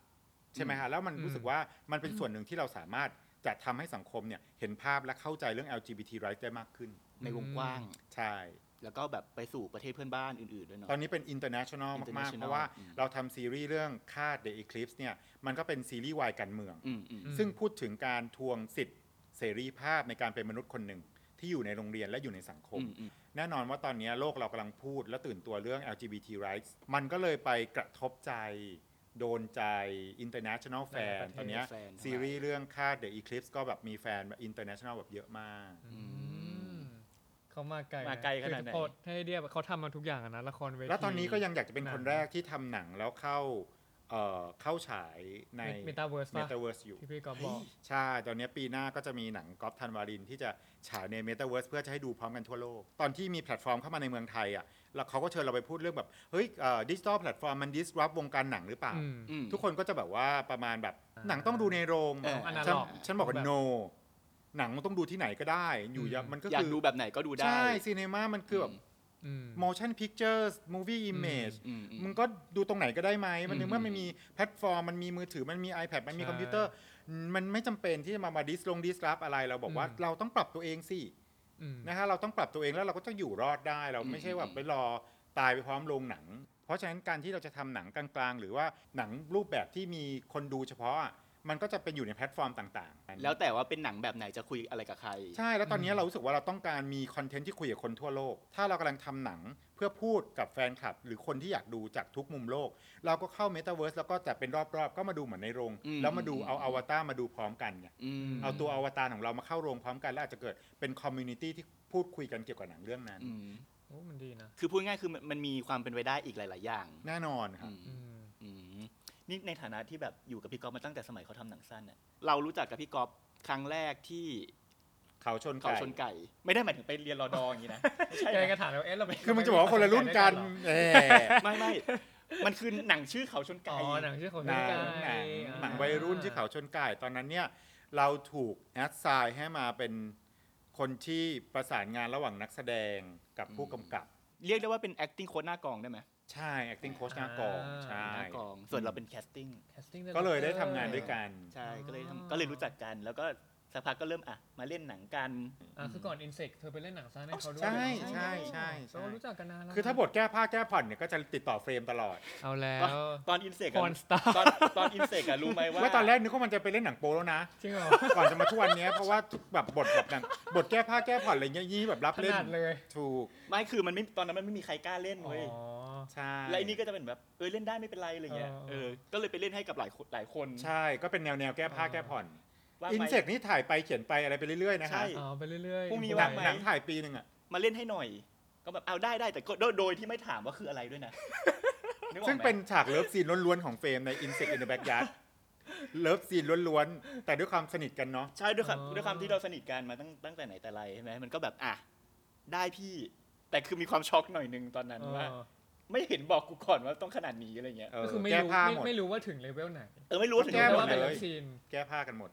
ใช่ไหมฮะ แล้วมันรู้สึกว่ามันเป็นส่วนหนึ่งที่เราสามารถจะทำให้สังคมเนี่ยเห็นภาพและเข้าใจเรื่อง LGBT rights ได้มากขึ้น ในวงกว้าง ใช่ แล้วก็แบบไปสู่ประเทศเพื่อนบ้านอื่นๆด้วยเนาะ ตอนนี้เป็น international มาก ๆ International เพราะว่า อืม เราทำซีรีส์เรื่องคาด The Eclipse เนี่ยมันก็เป็นซีรีส์วายการเมือง อืมอืม อืม ซึ่งพูดถึงการทวงสิทธิเสรีภาพในการเป็นมนุษย์คนหนึ่ง ที่อยู่ในโรงเรียนและอยู่ในสังคม แน่นอนว่าตอนนี้โลกเรากำลังพูดและตื่นตัวเรื่อง LGBT rights มันก็เลยไปกระทบใจ โดนใจ international หลาย fan ๆประเทศ ตอนเนี้ย แฟนทั้งหลาย ซีรีส์เรื่องคาด The Eclipse ก็แบบมีแฟนแบบ international แบบเยอะมาก อืมเขามาไกลนะ มาไกลขนาดไหน คือโคตรให้ไอเดียแบบเขาทำมาทุกอย่างอะนะละครเวที แล้วตอนนี้ก็ยังอยากจะเป็น หนัง คนแรกที่ทำหนังแล้วเข้าเอ่อเข้าฉายใน เมตาเวิร์ส m e t a เวิร์สอยู่ ที่พี่กอฟบอก ใช่ ตอนนี้ปีหน้าก็จะมีหนังก๊อฟธันวารินที่จะฉายใน m e t a เวิร์สเพื่อจะให้ดูพร้อมกันทั่วโลก ตอนที่มีแพลตฟอร์มเข้ามาในเมืองไทยอ่ะแล้วเขาก็เชิญเราไปพูดเรื่องแบบ เฮ้ยดิจิตอลแพลตฟอร์มมัน disrupt วงการหนังหรือเปล่า อืม อืม ทุกคนก็จะแบบว่าประมาณแบบ อ่า หนังต้องดูในโรง เออ ฉัน analog ฉันบอกว่า แบบ no หนังมันต้องดูที่ไหนก็ได้อยู่ยะ อืม มันก็ อยาก คือ ดูแบบไหนก็ดูได้ ใช่ซีเนมามันคือแบบ อืม motion pictures movie image อืมอืม มึงก็ดูตรงไหนก็ได้ไหม มัน อืม ในเมื่อมันมีแพลตฟอร์ม มันมีมือถือ มันมี iPad มันมี ใช่ คอมพิวเตอร์ มันไม่จำเป็นที่จะมามาดิสลงดิสรับอะไร เราบอกว่า อืม เราต้องปรับตัวเองสิ อืม นะฮะ เราต้องปรับตัวเองแล้วเราก็ต้องอยู่รอดได้ เราไม่ใช่ อืม แบบไปรอตายไปพร้อมโรงหนัง เพราะฉะนั้นการที่เราจะทำหนังกลางๆ หรือว่าหนังรูปแบบที่มีคนดูเฉพาะอะมันก็จะเป็นอยู่ในแพลตฟอร์มต่างๆ แล้วแต่ว่าเป็นหนังแบบไหนจะคุยอะไรกับใคร ใช่ แล้วตอนนี้ อืม เรารู้สึกว่าเราต้องการมีคอนเทนต์ที่คุยกับคนทั่วโลก ถ้าเรากำลังทำหนังเพื่อพูดกับแฟนคลับ หรือคนที่อยากดูจากทุกมุมโลก เราก็เข้าเมตาเวิร์สแล้วก็จัดเป็นรอบๆ ก็มาดูเหมือนในโรง อืม แล้วมาดู อืม เอาอวตารมาดูพร้อมกันเนี่ย อืม เอาตัวอวตารของเรามาเข้าโรงพร้อมกันแล้วอาจจะเกิดเป็นคอมมูนิตี้ที่พูดคุยกันเกี่ยวกับหนังเรื่องนั้น อืม โอ้มันดีนะ คือพูดง่ายคือมันมันมีความเป็นไปได้อีกหลาย ๆ อย่าง แน่นอนครับ อื อื ม ม อืมนี่ในฐานะที่แบบอยู่กับพี่ก๊อฟมาตั้งแต่สมัยเขาทำหนังสั้นน่ะเรารู้จักกับพี่ก๊อฟครั้งแรกที่ เขาชน เขา ไก่ ชนไก่ ไม่ได้หมายถึงไปเรียนรอดออย่างนี้ นะไม่ใช่ แก นะ ก็ถามแล้วเอ๊ะเราไป คือมันจะบอกว่าคนละรุ่นกันเออ ไม่ไม่มันคือหนังชื่อเขาชน อ๋ ไก่ อหนังชื่อของ ห ช นั น ง ไก่ หนังหนัง อ่า วัยรุ่นชื่อเขาชนไก่ ตอนนั้นเนี่ย เราถูกแอดไซน์ให้มาเป็นคนที่ประสานงานระหว่างนักแสดงกับผู้กำกับ เรียกได้ว่าเป็น acting coach หน้ากองได้ไหม ใช่ acting coach หน้ากอง อ่า ใช่ หน้ากอง ส่วนเราเป็น casting Casting ก็เลยได้ทำงานด้วยกัน ใช่ อ๋อ ก็เลยทำก็เลยรู้จักกัน แล้วก็สักพักก็เริ่มอ่ะมาเล่นหนังกัน อ่ะคือก่อน Insect เธอไปเล่นหนังสั้นให้เขาด้วย ใช่ เหรอ ใช่ใช่แปใช่ลว่ารู้จักกันนานแล้ว คือถ้าบทแก้ผ้าแก้ผ่อนเนี่ย ก็จะติดต่อเฟรมตลอด เอาแล้ว ตอนอินเสก คอนสตาร์ ตอนตอนอินเสกอะรู้ไหมว่า ว่าตอนแรกนึกว่ามันจะไปเล่นหนังโปแล้วนะ จริงเหรอ ก่อนจะมาทุกวันเนี้ยเพราะว่าแบบบทแบบหนังบทแก้ผ้าแก้ผ่อนอะไรเงี้ยยี่แบบรับ ข เล่น นาดเลย ถูก ไม่คือมันไม่ตอนนั้นมันไม่มีใครกล้าเล่น อ๋อ เว้ย ใช่ และอันนี้ก็จะเป็นแบบ เออเล่นได้ไม่เป็นไรอะไรเงี้ย เออ เออ ก็เลยไปเล่นให้กับหลายคนหลายคน ใช่ก็เป็นแนวแนวแก้ผ้าแก้ผ่อน ว่า อิน ไป เสกนี่ถ่ายไปเขียนไปอะไรไปเรื่อยๆนะ ใช่ ฮะ อ๋อไปเรื่อยๆ พรุ่งนี้ หนั ว่าง งไหม หนังถ่ายปีหนึ่งอ่ะ มาเล่นให้หน่อย ก็แบบเอาได้ได้แต่ก็โดยโดยที่ไม่ถามว่าคืออะไร ด้วยนะ นึกออกไหม ซึ่งเป็นฉากเลิฟซีนล้วนๆของเฟรมในอินเสกอินเดอะแบ็กยาร์ดเลิฟซีนล้วนๆ แต่ด้วยความสนิทกันเนาะ ใช่ด้วยความ อ๋อ ด้วยความที่เราสนิทกันมาตั้งตั้งแต่ไหนแต่ไรใช่ไหมมันก็แบบอ่ะได้พี่ แต่คือมีความช็อกหน่อยนึงตอนนั้น อ๋อ ว่า ไม่เห็นบอกกูก่อนว่าต้องขนาดนี้อะไรเงี้ย เออ ก็คือไม่ แก้ รู้ ผ้า ไม่ หมด ไม่รู้ว่าถึงเลเวลไหน เออไม่รู้ว่าถึง แก้ จะ หมว่าดว่า เล เป็ ย น อะไร เลิฟซีน แก้ผ้ากันหมด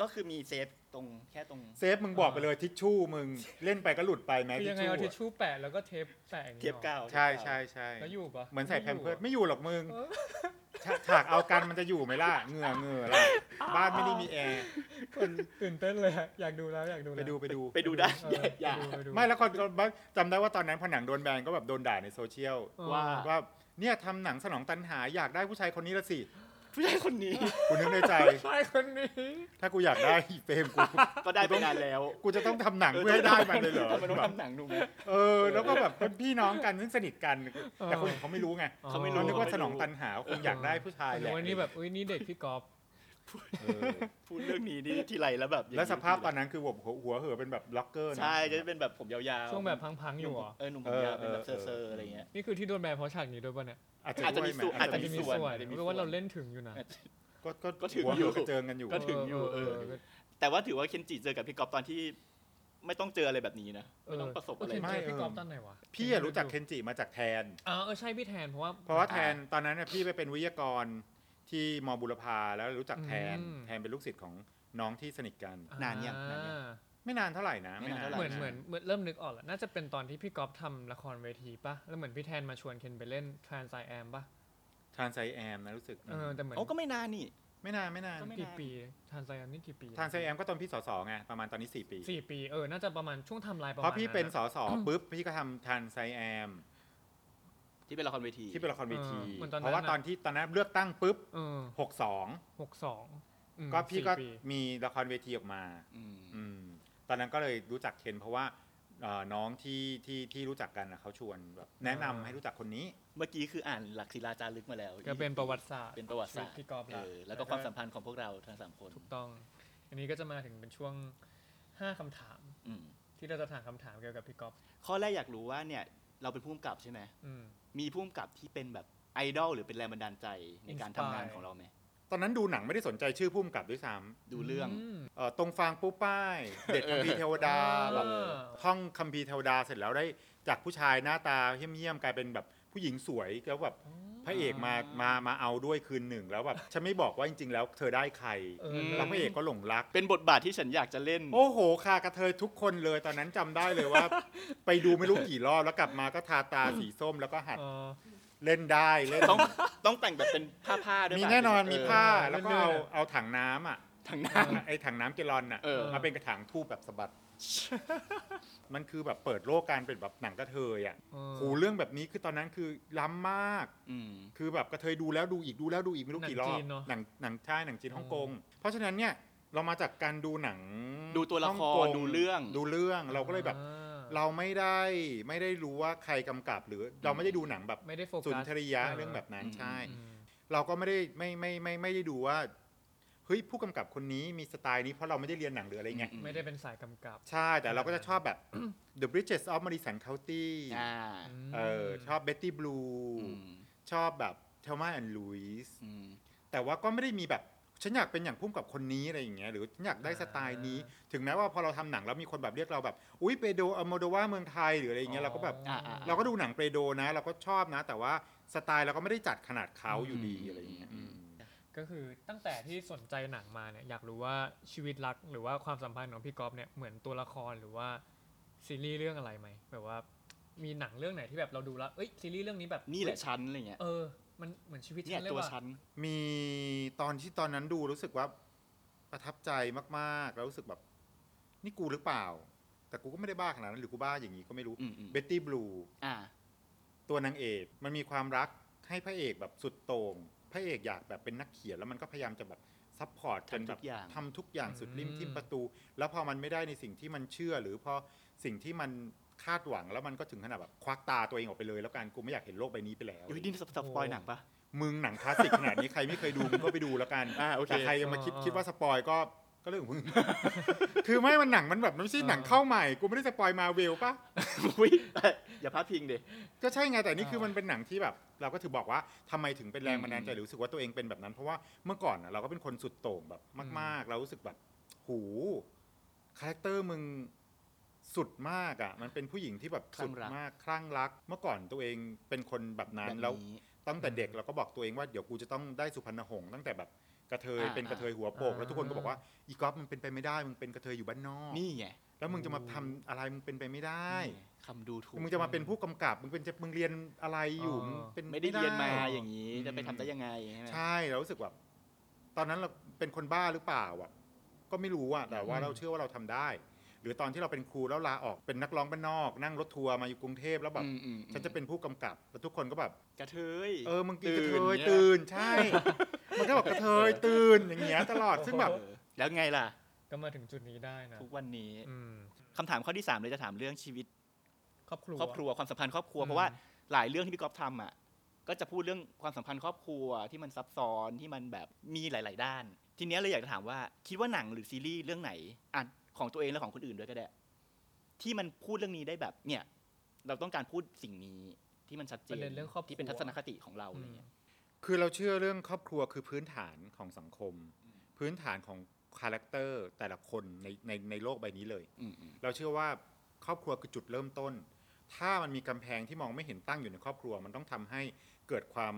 ก็คือมีเซฟตรงแค่ตรง เซฟมึงบอกไปเลยทิชชู่มึงเล่นไปก็หลุดไปไหม คือ ทิ ยั ช งไง ชู่ เอาทิช อะ ชู่แปะแล้วก็เทปแปะอย่าง เที งี้ ยบ หรอ เก้า ใช่ใช่ใช่ แล้วอยู่ปะ เหมือนใส่แพม ไยู่ะ เพิร์ดไม่อยู่หรอกมึง เออ ถ้าถากเอากันมันจะอยู่ไหมล่ะเหงื่อเหงื่อล่ะบ้านไม่ได้มีแอร์ ตื่นเต้นเลยอะอยากดูแล้วอยากดูแล้ว ไปดูไปดู ไปดูได้ เอ อย่าอย่า ปดูปดู ไม่แล้วคนก็บักจำได้ว่าตอนนั้นผนังโดนแบนก็แบบโดนด่าในโซเชียล อ๋อ ว่าว่าเนี่ยทำหนังสนองตันหาอยากได้ผู้ชายคนนี้ละสิ ผู้ชายคน นี้ กูนึกในใจ ชายคนนี้ ถ้ากูอยากได้เฟรมกู ก็ได้ไปนานแล้ว กูจะต้องทำหนังเพื่อให้ได้มันเลยเหรอ ทำไมต้อง แบบ ทำหนังหนูไหม เออ แล้วก็แบบเป็นพี่น้องกันซึ่งสนิทกัน เออ แต่คนอื่นเขาไม่รู้ไง เขาไม่ เรานึกว่าสนองตันหาคงอยากได้ผู้ชายแห แต่ ละ วันนี้แบบเอ้ยนี่เด็กพี่กอล์ฟ เออ พูดเรื่องนี้นี่ทีไรแล้วแบบอย่งนี้ แล้วสภาพตอนนั้นคือผมหัวเหอะเป็นแบบล็อกเกอร์นะ ใช่จะเป็นแบบผมยาวๆ ช่วงแบบพังๆอยู่เหรอ เออหนุ่มผมยาว เออ เป็นแบบ เอ เซ อเอออร์ๆอะไรเงี้ย นี่คือที่โดนแบนเพราะฉากนี้ด้วยป่ะเนี่ย อาจจะ อาจจะ ด้ มี วยส่วไหนอาจจะมีส่วน อาจจะมีส่วนเพราะว่าเราเล่นถึงอยู่นะ ก็ก็ ก็ถือ หัว อยู่ เหอะกระเจิงกันอยู่ ก็ถึงอยู่เออ แต่ว่าถือว่าเคนจิเจอกับพี่ก๊อฟตอนที่ไม่ต้องเจออะไรแบบนี้นะไม่ต้องประสบอะไร เเ ไม่ เจพี่กอล์ฟตอนไหนวะ พี่อะรู้จักเคนจิมาจากแทน อ๋อเออใช่พี่แทนเพราะว่า เพราะว่าแทนตอนนั้นน่ะพี่ไปเป็นวิทยากรที่มบุรพาแล้วรู้จักแทน อืม แทนเป็นลูกศิษย์ของน้องที่สนิทกัน อ่ นานยังนานยัง ไม่นานเท่าไหร่นะ ไม่นานเท่าไหร่ เหมือนเหมือนเหมือนเริ่มนึกออกแล้วน่าจะเป็นตอนที่พี่กอล์ฟทำละครเวทีป่ะแล้วเหมือนพี่แทนมาชวนเคนไปเล่นทรานไซแอมป่ะ ทรานไซแอมนะรู้สึก เออแต่เหมือน โอ้ก็ไม่นานนี่ ไม่นานไม่นาน ก็ไม่ กี่ปีทรานไซแอมนี่กี่ปี ทรานไซแอมก็ตอนพี่สสไงประมาณตอนนี้ 4 ปี สี่ปีเออน่าจะประมาณช่วงไทำลายประมาณ เพราะพี่เป็นส อะ สปุ๊บพี่ก็ทำทรานไซแอม ที่เป็นละครเวที ที่เป็นละครเวที ออหมือนตอน เพ นั้น ราะว่าตอนที่ตอนนั้นเลือกตั้งปุ๊บ เออ 62 หกสองอืม ก็พี่ก็ สี่ปี มีละครเวทีออกมา อืม อืมตอนนั้นก็เลยรู้จักเคนเพราะว่าเอ่อน้องที่ที่ที่รู้จักกันนะเขาชวนแบบแนะนำให้รู้จักคนนี้ เมื่อกี้คืออ่านหลักศิลาจารึกมาแล้ว ก็เป็นประวัติศาสตร์ เป็นประวัติศาสตร์ ชีตพี่กอล์ฟ เอ ละ อแล้วก็ความสัมพันธ์ของพวกเราทั้งสามคน ถูกต้อง อันนี้ก็จะมาถึงเป็นช่วงห้าคำถาม อืม ที่เราจะถามคำถามเกี่ยวกับพี่กอล์ฟ ข้อแรกอยากรู้ว่าเนี่ยเราเป็นผู้กำกับใช่ไหม อืม มีผู้กำกับที่เป็นแบบไอดอลหรือเป็นแรงบันดาลใจในการทำงาน Inspire ของเราไหม ตอนนั้นดูหนังไม่ได้สนใจชื่อผู้กำกับด้วยซ้ ดูเรื่อง ม ำเอ่อตรงฟางปุ๊บป้าย เด็ดคัมภีร์เทวดาแบบ เออ ท่องคัมภีร์เทวดาเสร็จแล้วได้จากผู้ชายหน้าตาเหี้ยมๆกลายเป็นแบบผู้หญิงสวยแล้วแบบพระเอกมามามาเอาด้วยคืนหนึ่งแล้วแบบฉันไม่บอกว่าจริงๆ แล้วเธอได้ใคร เออ แล้วพระเอกก็หลงรัก เป็นบทบาทที่ฉันอยากจะเล่น โอ้โหคากระเทยทุกคนเลยตอนนั้นจำได้เลยว่า ไปดูไม่รู้กี่รอบแล้วกลับมาก็ทาตาสีส้มแล้วก็หัด เออ เล่นได้เล่น ต้องต้องแต่งแบบเป็นผ้าผ้าๆด้วย มี ป่ะ แน่นอน เ มีผ้าแล้วก็เอา เออ เอาถังน้ำอ่ะ ถังน้ ไอ้ถังน้ำเกลอนอ่ะ เออ มาเป็นกระถางทูบแบบสะบัด มันคือแบบเปิดโลกการเป็นแบบหนังกระเทยอ่ะ เออ โหเรื่องแบบนี้คือตอนนั้นคือล้ำมาก ำอืม คือแบบกระเทยดูแล้วดูอีกดูแล้วดูอีกไม่รู้กี่รอ หนังจีบนเนอะ หนังหนังใช่หนังจีนฮ่องกง อื เพราะฉะนั้นเนี่ยเรามาจากการดูหนัง ดูตัวละคร ฮ่องกง ดูเรื่อง ดูเรื่องเราก็เลยแบบ า เราไม่ได้ไม่ได้รู้ว่าใครกำกับหรือเราไม่ได้ดูหนังแบบ ไม่ได้โฟกัส สุนทรียะ อ เรื่องแบบนั้น อืม ใช่ อืม เราก็ไม่ได้ไม่ไม่ไม่ไม่ได้ดูว่าเฮ้ยผู้กำกับคนนี้มีสไตล์นี้เพราะเราไม่ได้เรียนหนังหรืออะไรเงี้ย อืม ไม่ได้เป็นสายกำกับ ใช่แต่เราก็จะชอบแบบ The Bridges of Madison County อ่า เออชอบ Betty Blue อืม ชอบแบบ Thelma and Louise อืม แต่ว่าก็ไม่ได้มีแบบฉันอยากเป็นอย่างพุ่มกับคนนี้อะไรอย่างเงี้ยหรือฉันอยากได้สไตล์นี้ ถึงแม้ว่าพอเราทำหนังแล้วมีคนแบบเรียกเราแบบอุ้ยเปโดอโมโดวาเมืองไทยหรืออะไรอย่างเงี้ยเราก็แบบ อ่าๆๆ เราก็ดูหนังเปรโดนะ เราก็ชอบนะ แต่ว่าสไตล์เราก็ไม่ได้จัดขนาดเขาอยู่ดี อืม อะไรอย่างเงี้ยอืม ก็คือตั้งแต่ที่สนใจหนังมาเนี่ยอยากรู้ว่าชีวิตรักหรือว่าความสัมพันธ์ของพี่ก๊อฟเนี่ยเหมือนตัวละครหรือว่าซีรีส์เรื่องอะไรไหมแบบว่ามีหนังเรื่องไหนที่แบบเราดูแล้วเอ้ยซีรีส์เรื่องนี้แบบ นี่แหละชั้นอะไรเงี้ย เออมันเหมือนชีวิต เนี่ ฉั ย นเลย ตัว ว่ะ ชั้น มีตอนที่ตอนนั้นดูรู้สึกว่าประทับใจมากๆ แล้วรู้สึกแบบ นี่กูหรือเปล่า แต่กูก็ไม่ได้บ้าขนาดนั้น หรือกูบ้าอย่างนี้ก็ไม่รู้ อืมอืม เบตตี้บลู อ่า ตัวนางเอก มันมีความรักให้พระเอกแบบสุดโต่งพระเอกอยากแบบเป็นนักเขียนแล้วมันก็พยายามจะแบบซัพพอร์ตจน ทำทุก แบบ อย่าง ทำทุกอย่างสุดริมทิมประตู แล้วพอมันไม่ได้ในสิ่งที่มันเชื่อหรือพอสิ่งที่มันคาดหวังแล้วมันก็ถึงขนาดแบบควักตาตัวเองออกไปเลย แล้วกันกูไม่อยากเห็นโลกใบนี้ไปแล้ว อยู่ดินสปอยหนักปะ มึงหนังคลาสสิกขนาดนี้ ใครไม่เคยดูมึงก็ไปดูแล้วกัน อ่าโอเค แต่ใครยังมาคิดคิดว่าสปอยก็ก็เรื่องของ มึง คือไม่มันหนังมันแบบมันไม่ใช่หนังเข้าใหม่ กูไม่ได้สปอยมาเวลปะ อุ๊ยอย่าพลาดพิงเด ก็ใช่ไงแต่นี่คือมันเป็นหนังที่แบบ เราก็ถือบอกว่าทำไมถึงเป็นแรงบันดาลใจหรือรู้สึกว่าตัวเองเป็นแบบนั้น เพราะว่าเมื่อก่อนน่ะเราก็เป็นคนสุดโต่งแบบมาก ๆ เรารู้สึกแบบหูคาแรคเตอร์มึงสุดมากอ่ะ มันเป็นผู้หญิงที่แบบ คลั่ สุ ง ด รัก มากคลั่งรัก เมื่อก่อนตัวเองเป็นคนแบบนั้นแล้ว ตั้งแต่เด็กเราก็บอกตัวเองว่าเดี๋ยวกูจะต้องได้สุพรรณหงส์ตั้งแต่แบบ กระเทย อ่า เป็นกระเทยหัวโปก แล้วทุกคนก็บอกว่าอีก๊อฟมันเป็นไปไม่ได้มึงเป็นกระเทยอยู่บ้านนอก นี่ไง แล้วมึงจะมาทำอะไรมึงเป็นไปไม่ได้ นี่ไงคำดูถูก มึงจะมาเป็นผู้กำกับมึงเป็นจะมึงเรียนอะไรอยู่ อ๋อ งเป็น ไม่ได้เรียนมาอย่าง นี้ นี้ อืม จะไปทำได้ยังไงใช่ไหม ใช่เรารู้สึกแบบตอนนั้นเราเป็นคนบ้าหรือเปล่าอ่ะก็ไม่รู้อ่ะแต่ว่า อืม เราเชื่อว่าเราทำได้ หรือตอนที่เราเป็นครูแล้วลาออกเป็นนักร้องบ้านนอก นั่งรถทัวร์มาอยู่กรุงเทพแล้วแบบ อืมอืมอืม ฉันจะเป็นผู้กำกับแล้วทุกคนก็แบบ กระเทย เออมึงกินกระเท ตื่น ย เนี่ย ตื่นใช่ มันก็บอกกระเทยตื่นอย่างเงี้ยตลอดซึ่งแบบ เออแล้วไงล่ะ ก็มาถึงจุดนี้ได้นะ ทุกวันนี้ อืม คำถามข้อที่สามเลยจะถามเรื่องชีวิต ครอบครัว ครอบครัวความสัมพันธ์ครอบครัว อืม เพราะว่าหลายเรื่องที่พี่ก๊อฟทำอ่ะก็จะพูดเรื่องความสัมพันธ์ครอบครัวที่มันซับซ้อนที่มันแบบมีหลาย ๆ ด้าน ทีเนี้ยเลยอยากจะถามว่าคิดว่าหนังหรือซีรีส์เรื่องไหนอ่ะของตัวเองและของคนอื่นด้วยก็ได้ ที่มันพูดเรื่องนี้ได้แบบเนี่ย เราต้องการพูดสิ่งนี้ที่มันชัดเจ ประ น เด็นเรื่องครอบครัว ที่เป็นทัศนคติของเราอะไรเงี้ย คือเราเชื่อเรื่องครอบครัวคือพื้นฐานของสังคม พื้นฐานของคาแรคเตอร์แต่ละคนในในในโลกใบนี้เลย อืมอืม เราเชื่อว่าครอบครัวคือจุดเริ่มต้น ถ้ามันมีกำแพงที่มองไม่เห็นตั้งอยู่ในครอบครัว มันต้องทำให้เกิดความ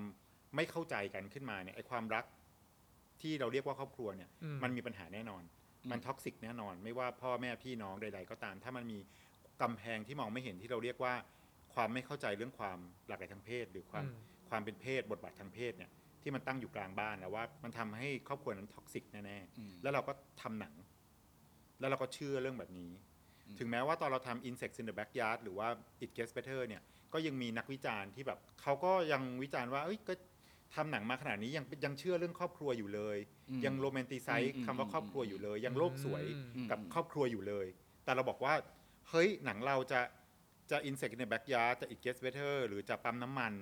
ไม่เข้าใจกันขึ้นมาเนี่ยไอ้ความรักที่เราเรียกว่าครอบครัวเนี่ย อืม มันมีปัญหาแน่นอน มันท็อกซิกแน่นอน ไม่ว่าพ่อแม่พี่น้องใด ๆ ก็ตาม ถ้ามันมีกำแพงที่มองไม่เห็นที่เราเรียกว่า ความไม่เข้าใจเรื่องความหลากหลายทางเพศ หรือความ อืม ความเป็นเพศบทบาททางเพศเนี่ยที่มันตั้งอยู่กลางบ้านแล้วว่ามันทำให้ครอบครัวนั้นท็อกซิกแน่ อืม ๆแล้วเราก็ทำหนัง แล้วเราก็เชื่อเรื่องแบบนี้ อืม ถึงแม้ว่าตอนเราทำ Insects in the Backyard หรือว่า It Gets Better เนี่ยก็ยังมีนักวิจารณ์ที่แบบเขาก็ยังวิจารณ์ว่าเอ้ยก็ทำหนังมาขนาดนี้ยังยังเชื่อเรื่องครอบครัวอยู่เลย อืม ยังโรแมนติไซส์ อืม คำว่าครอบครัวอยู่เลย ยังโลกสวย อืม อืม กับครอบครัวอยู่เลย แต่เราบอกว่า เฮ้ยหนังเราจะจะ Insect in the Backyard จะ It Gets Better หรือจะปั๊มน้ำมัน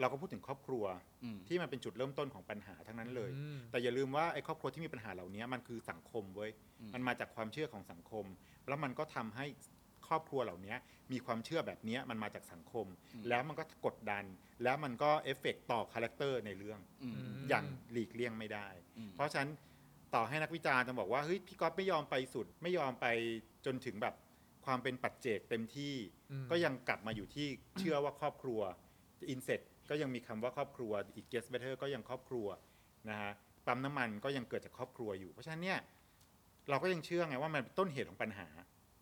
เราก็พูดถึงครอบครัว อืม ที่มันเป็นจุดเริ่มต้นของปัญหาทั้งนั้นเลย อืม แต่อย่าลืมว่าไอ้ครอบครัวที่มีปัญหาเหล่านี้มันคือสังคมเว้ย อืม มันมาจากความเชื่อของสังคม แล้วมันก็ทำให้ครอบครัวเหล่านี้มีความเชื่อแบบนี้มันมาจากสังคม แล้วมันก็กดดัน แล้วมันก็เอฟเฟกต์ต่อคาแรคเตอร์ในเรื่อง อืมอืม ม อย่างหลีกเลี่ยงไม่ได้ อืม เพราะฉะนั้นต่อให้นักวิจารณ์จะบอกว่าเฮ้ยพี่ก๊อฟไม่ยอมไปสุด ไม่ยอมไปจนถึงแบบความเป็นปัจเจกเต็มที่ อืม ก็ยังกลับมาอยู่ที่เชื่อว่าครอบครัวอินเสร็จก็ยังมีคำว่าครอบครัวอีกเกสเบเทอร์ก็ยังครอบครัวนะฮะปั๊มน้ำมันก็ยังเกิดจากครอบครัวอยู่ เพราะฉะนั้นเนี่ยเราก็ยังเชื่อไงว่ามันเป็นต้นเหตุของปัญหา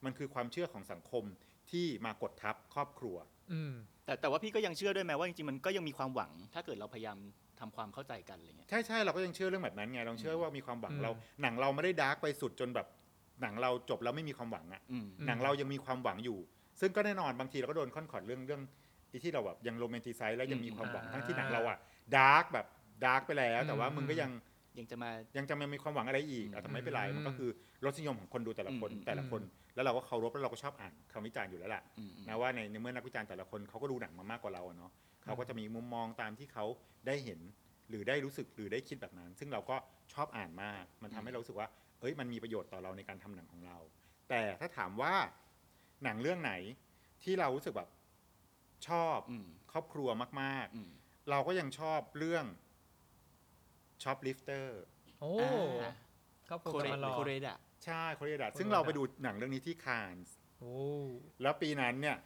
มันคือความเชื่อของสังคมที่มากดทับครอบครัว อืม แต่แต่ว่าพี่ก็ยังเชื่อด้วยแม้ว่าจริงๆมันก็ยังมีความหวัง ถ้าเกิดเราพยายามทำความเข้าใจกันอะไรเงี้ย ใช่ใช่เราก็ยังเชื่อเรื่องแบบนั้นไงเราเชื่อว่ามีความหวัง อืม เรา หนังเราไม่ได้ดาร์กไปสุดจนแบบหนังเราจบแล้วไม่มีความหวังอะ อืม หนังเรายังมีความหวังอยู่ ซึ่งก็แน่นอนบางทีเราก็โดนค่อนขอดเรื่องเรื่องไอ้ที่เราแบบยังโรแมนติไซส์แล้วยังมีความหวัง อืม ทั้งที่หนัง อ่า เราอะดาร์กแบบดาร์กไปแล้ว แต่ว่า อืม มึงก็ยัง ยังจะมา ยังจะมามีความหวังอะไรอีก อืม อะแต่ไม่เป็นไร อืม มันก็คือรสนิยมของคนดูแต่ละคน อืม แต่ละคน แล้วเราก็เคารพแล้วเราก็ชอบอ่านคำวิจารณ์อยู่แล้วล่ะ อืมอืม นะว่าในในเมื่อนักวิจารณ์แต่ละคนเขาก็ดูหนังมามากกว่าเราอะเนาะเขาก็จะมีมุมมองตามที่เขาได้เห็น หรือได้รู้สึกหรือได้คิดแบบนั้น ซึ่งเราก็ชอบอ่านมากมันทำให้เรารู้สึกว่า เอ้ยมันมีประโยชน์ต่อเราในการทำหนังของเรา แต่ถ้าถามว่าหนังเรื่องไหนที่เรารู้สึกแบบชอบ อืม ครอบครัวมาก อืม ๆ เราก็ยังชอบเรื่องช็อปลิฟเตอร์ โอ้ อ่า ครอบครัว โคเร กำมันรอ โคเรดะ ใช่โคเรียดาซึ่งเราไปดูหนังเรื่องนี้ที่คานส์ โอ้ แล้วปีนั้นเนี่ย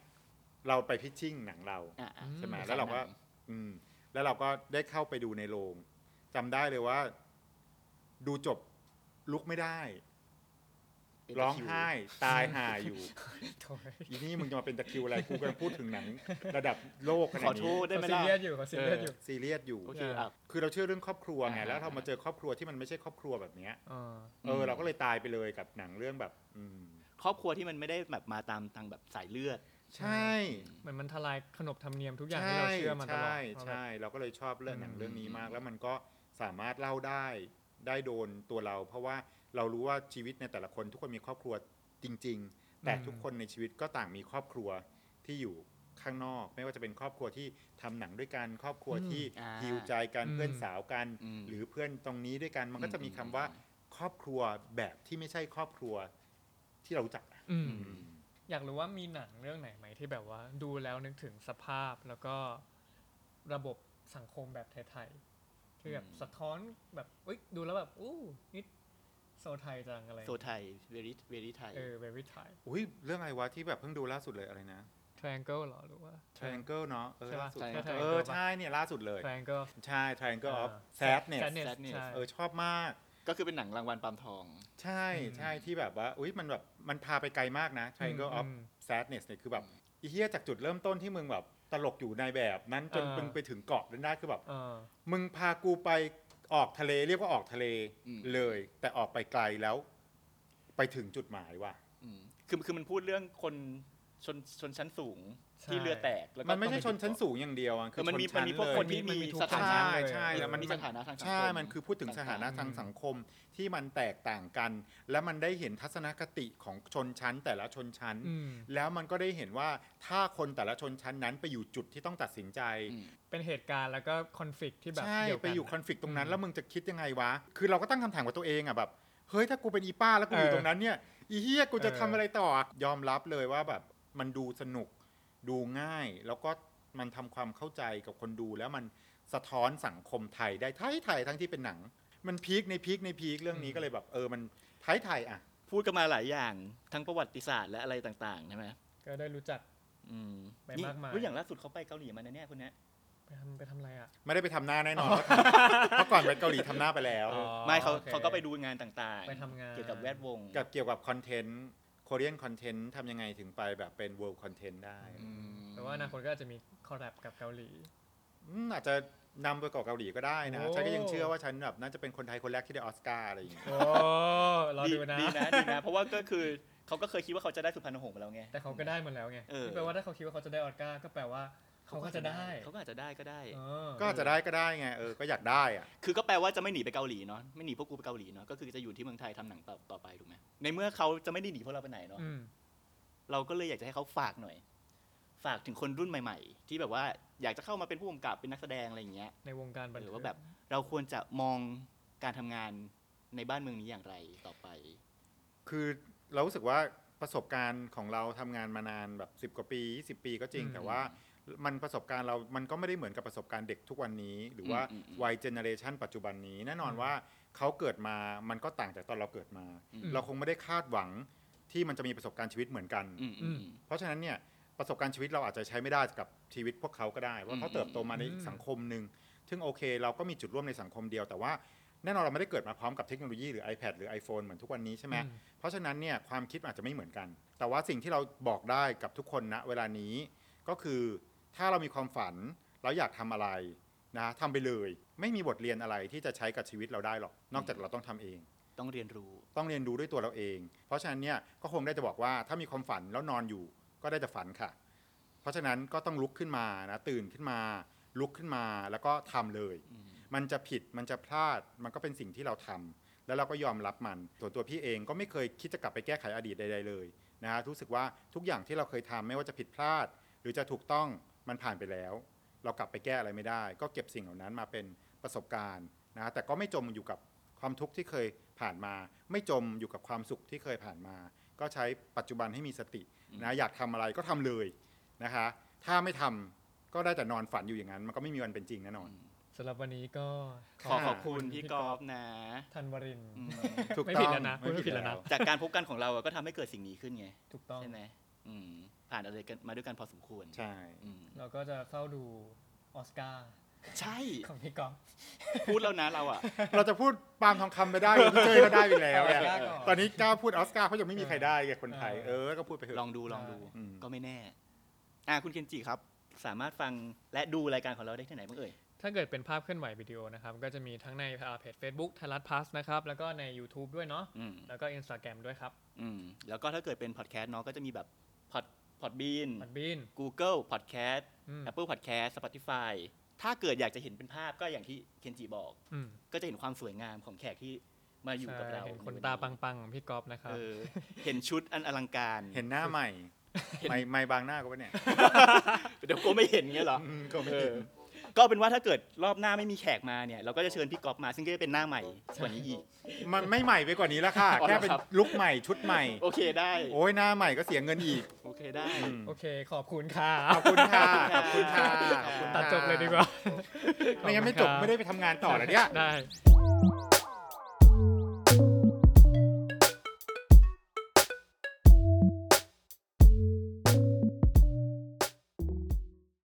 เราไปพิชชิ่งหนังเรา อ่าอ่า ใช่ไหมแล้วเราก็ หนัง อืม แล้วเราก็ได้เข้าไปดูในโรงจำได้เลยว่า ดูจบลุกไม่ได้ เป็น ร้ ตะ อง คริว ไห้ตายห่าอยู่ โถย อีนี่มึงจะมาเป็นตะคริวอะไร กูกำลังพูดถึงหนัง ระดับโลกขนา ขอ ด โท นี้ ษได้ไหม เขาซี ล่ะ เรียสอยู่เขาซีเรียสอยู่ ซีเรียสอยู่ โอเคอ่ะ คือเราเชื่อเรื่องครอบครัวไง อ่า แล้วเรามาเจอครอบครัวที่มันไม่ใช่ครอบครัวแบบเนี้ย อ่า เออเราก็เลยตายไปเลยกับหนังเรื่องแบบ อืม ครอบครัวที่มันไม่ได้แบบมาตามทางแบบสายเลือด ใช่ เหมือนมันทลายขนบธรรมเนียมทุกอย่าง ใช่ ที่เราเชื่อมาตลอด ใช่ ว่าแบบ ใช่เราก็เลยชอบเรื่องหนัง อืม เรื่องนี้มาก แล้วมันก็สามารถเล่าได้ได้โดนตัวเรา เพราะว่าเรารู้ว่าชีวิตในแต่ละคน ทุกคนมีครอบครัวจริง ๆ แต่ทุกคนในชีวิตก็ต่างมีครอบครัวที่อยู่ข้างนอก ไม่ว่าจะเป็นครอบครัวที่ทำหนังด้วยกันครอบครัวที่ อ่า ฮิวใจกัน อืม เพื่อนสาวกัน อืม หรือเพื่อนตรงนี้ด้วยกัน มันก็จะมี อืม คำว่า อืม ครอบครัวแบบที่ไม่ใช่ครอบครัวที่เรารู้จักอะ อืม อืม อยากรู้ว่ามีหนังเรื่องไหนไหมที่แบบว่า ดูแล้วนึกถึงสภาพแล้วก็ระบบสังคมแบบไทยๆที่แบบ อืม สะท้อนแบบเอ้ยดูแล้วแบบอู้นิดโซไทยจังอะไร โซไทยเวริเวริไทย เออเวริไทย อุ้ยเรื่องอะไรวะที่แบบเพิ่งดูล่าสุดเลยอะไรนะ triangle เหรอหรือว่า triangle เนาะเออ ใช่ปะ ล่าสุด ใช่ เออใช่เนี่ยล่าสุดเลย triangle ใช่ triangle of เออ sadness sadness sadness ใช่ เออชอบมาก ก็คือเป็นหนังรางวัลปาล์มทอง ใช่ใช่ที่แบบว่าอุ้ยมันแบบมันพาไปไกลมากนะ triangle อืม of sadness เนี่ยคือแบบอีเฮียจากจุดเริ่มต้นที่มึงแบบตลกอยู่ในแบบนั้นจน เออ มึงไปถึงเกาะนั้นได้คือแบบ เออ มึงพากูไปออกทะเลเรียกว่าออกทะเล อืม เลย แต่ออกไปไกลแล้ว ไปถึงจุดหมายว่ะ อืมคือคือมันพูดเรื่องคนชนชนชั้นสูง ใช่ ที่เรือแตกแล้วก็ มันไม่ใช่ช ต้อง น ป ชั้นสูงอย่างเดียวอ่ะคื คือ อมันมี ช มัน ชั้ มีพวก เลย คนที่ มันมี มี ทุก สถานะ ชั้นเลย ใช่แล้วมัน มีสถานะทางสังคม ใช่ มันคือพูดถึงสถานะทางสังคมที่มันแตกต่างกัน และมันได้เห็นทัศนคติของชนชั้นแต่ละชนชั้น อืม แล้วมันก็ได้เห็นว่าถ้าคนแต่ละชนชั้นนั้นไปอยู่จุดที่ต้องตัดสินใจ อืม เป็นเหตุการณ์แล้วก็ conflict ที่แบบ ใช่ เดียว ไป กัน อยู่ อะ คอนฟ lict ตรงนั้น อืม แล้วมึงจะคิดยังไงวะ คือเราก็ตั้งคำถามกับตัวเองอ่ะแบบ เฮ้ย ถ้ากูเป็นอีป้าแล้วกูอยู่ เออ ตรงนั้นเนี่ย อีเฮียกูจะ เออ ทำอะไรต่ออะยอมรับเลยว่าแบบ มันดูสนุก ดูง่าย แล้วก็มันทำความเข้าใจกับคนดู แล้วมันสะท้อนสังคมไทยได้ไทยไทยทั้งที่เป็นหนัง มันพีคในพีคในพีคเรื่องนี้ก็เลยแบบเออ มันไทยไทยอ่ะ พูดกันมาหลายอย่างทั้งประวัติศาสตร์และอะไรต่างๆใช่ไหม ก็ได้รู้จัก อืม ไปมากมานี่ยอุ๊อย่างล่าสุดเขาไปเกาหลีมาแน่ๆคนเนี้ย ไปทำไปทำอะไรอ่ะ ไม่ได้ไปทำหน้าแน่นอน เพราะก่อนไปเกาหลีทำหน้าไปแล้ว อ๋อ ไม่เขา โอค เขาก็ไปดูงานต่างๆ ไปทำงาน เกี่ยวกับแวดวง กับเกี่ยวกับคอนเทนต์โคเรียนคอนเทนต์ทำยังไงถึงไปแบบเป็น world content ได้ อืม แต่ว่าอนาคตก็อาจจะมีคอลแลบกับเกาหลี อืมอาจจะนำไปเกาะเกาหลีก็ได้นะ โอ้ ฉันก็ยังเชื่อว่าฉันแบบน่าจะเป็นคนไทยคนแรกที่ได้ออสการ์อะไรอย่างเงี้ย โอ้รอ ดี ดูนะ ดีนะดีนะ เพราะว่าก็คือเขาก็เคยคิดว่าเขาจะได้สุพรรณหงส์มาแล้วไง แต่เขาก็ได้มาแล้วไง เออ ที่แปลว่าถ้าเขาคิดว่าเขาจะได้ออสการ์ก็แปลว่าเขาก็จะได้ เขาก็อาจจะได้ก็ได้ เออ ก็อาจจะได้ก็ได้ไงเออก็อยากได้อะ คือก็แปลว่าจะไม่หนีไปเกาหลีเนาะไม่หนีพวกกูไปเกาหลีเนาะก็คือจะอยู่ที่เมืองไทยทำหนังต่อต่อไปถูกไหมในเมื่อเขาจะไม่ได้หนีพวกเราไปไหนเนาะ อืม เราก็เลยอยากจะให้เขาฝากหน่อย ฝากถึงคนรุ่นใหม่ ๆ ที่แบบว่าอยากจะเข้ามาเป็นผู้กำกับเป็นนักแสดงอะไรอย่างเงี้ย ในวงการบัน ห เทิ รื ง อว่าแบบเราควรจะมองการทำงานในบ้านเมืองนี้อย่างไรต่อไป คือเรารู้สึกว่าประสบการณ์ของเราทำงานมานานแบบ 10 กว่าปี 20 ปีก็จริง แต่ว่ามันประสบการณ์เรา มันก็ไม่ได้เหมือนกับประสบการณ์เด็กทุกวันนี้ หรือว่า อืมอืม วัยเจเนเรชันปัจจุบันนี้ แน่นอนว่าเขาเกิดมามันก็ต่างจากตอนเราเกิดมา อืม เราคงไม่ได้คาดหวังที่มันจะมีประสบการณ์ชีวิตเหมือนกัน อืมอืม เพราะฉะนั้นเนี่ยประสบการณ์ชีวิตเราอาจจะใช้ไม่ได้กับชีวิตพวกเขาก็ได้ว่าะ อืม เขาเติบโตมาในอีกสังคมหนึ่งซึ่งโอเค เราก็มีจุดร่วมในสังคมเดียว แต่ว่าแน่นอนเราไม่ได้เกิดมาพร้อมกับเทคโนโลยีหรือ iPad หรือ iPhone เหมือนทุกวันนี้ใช่ไหม อืม เพราะฉะนั้นเนี่ยความคิดอาจจะไม่เหมือนกัน แต่ว่าสิ่งที่เราบอกได้กับทุกคนณเวลานี้ ก็คือถ้าเรามีความฝันเราอยากทำอะไรนะทำไปเลย ไม่มีบทเรียนอะไรที่จะใช้กับชีวิตเราได้หรอกนอกจากเราต้องทำเอง ต้องเรียนรู้ ต้องเรียนรู้ด้วยตัวเราเอง เพราะฉะนั้นเนี่ยก็คงได้จะบอกว่าถ้ามีความฝันแล้วนอนอยู่ก็ได้แต่ฝันค่ะ เพราะฉะนั้นก็ต้องลุกขึ้นมานะตื่นขึ้นมา ลุกขึ้นมาแล้วก็ทำเลย อืม มันจะผิดมันจะพลาดมันก็เป็นสิ่งที่เราทำแล้วเราก็ยอมรับมันส่วนตัวพี่เองก็ไม่เคยคิดจะกลับไปแก้ไขอดีตใดๆเลยนะฮะรู้สึกว่าทุกอย่างที่เราเคยทำไม่ว่าจะผิดพลาด หรือจะถูกต้องมันผ่านไปแล้ว เรากลับไปแก้อะไรไม่ได้ ก็เก็บสิ่งเหล่านั้นมาเป็นประสบการณ์นะฮะแต่ก็ไม่จมอยู่กับความทุกข์ที่เคยผ่านมา ไม่จมอยู่กับความสุขที่เคยผ่านมา ก็ใช้ปัจจุบันให้มีสตินะอยากทำอะไรก็ทำเลยนะคะถ้าไม่ทำก็ได้แต่นอนฝันอยู่อย่างนั้นมันก็ไม่มีวันเป็นจริงแน่นอน สำหรับวันนี้ก็ ขอขอบคุณพี่กอล์ฟนะ ธันวรินทร์ อืม ถูก ไม่ ต้อง ผิดแล้วนะพูดไม่ผิดแล้วนะ จากการพบกันของเราอะก็ทำให้เกิดสิ่งนี้ขึ้นไง ถูกต้อง ใช่ไหมอืมผ่านอะไรกันมาด้วยกันพอสมควร ใช่ อืม เราก็จะเฝ้าดูออสการ์ ใช่ ของพี่กอล์ฟ พูดแล้วนะเราอ่ะ เราจะพูดปาล์มทองคำไปได้พี่เจ้ยก็ได้ไปแล้ว เา เนี่ย สการ์ก่ ตอนนี้กล้าพูดออสการ์เขาะยังไม่มีใครได้ไงคนไทย เออ เออ ก็พูดไปเถอะ ลองดูลองดู อืม ก็ไม่แน่ อ่าคุณเคนจิครับ สามารถฟังและดูรายการของเราได้ที่ไหนบ้างเอ่ย ถ้าเกิดเป็นภาพเคลื่อนไหววิดีโอนะครับ ก็จะมีทั้งในอ่าเพจ Facebook ไทยรัฐพลัสนะครับ แล้วก็ใน YouTube ด้วยเนาะ อืม แล้วก็ Instagram ด้วยครับ อืมแล้วก็ถ้าเกิดเป็นพอดแคสต์เนาะก็จะมีแบบพอดพอดบีน บัดบิน Google Podcast อืม Apple Podcast Spotify ถ้าเกิดอยากจะเห็นเป็นภาพก็อย่างที่เคนจิบอก อืม ก็จะเห็นความสวยงามของแขกที่มาอยู่กับเรา ใช่เห็นคน ใวั ตาปังๆของพี่กอล์ฟนะครับ เออเห็นชุดอันอลังการ เห็นหน้าใหม่ ไม่ไม่บางหน้าก็ปะเนี่ย เดี๋ยวกูไม่เห็นเงี้ยเหรอ อืมก็ไม่เห็น เออก็เป็นว่าถ้าเกิดรอบหน้าไม่มีแขกมาเนี่ย เราก็จะเชิญพี่ก๊อฟมาซึ่งก็จะเป็นหน้าใหม่กว่านี้อีก มันไม่ใหม่ไปกว่านี้แล้วค่ะ อ๋อ แค่ เหรอ เป็น ครับ ลุกใหม่ชุดใหม่ โอเคได้ โอ้ยหน้าใหม่ก็เสียเงินอีก โอเคได้ อืม โอเค ขอบคุณค่ะ ขอบคุณค่ะ ขอบคุณค่ะขอบคุณค่ะ ตัดจบเลยดีกว่า ไม่งั้นไม่จบไม่ได้ไปทำงานต่อแล้วเนี่ย ได้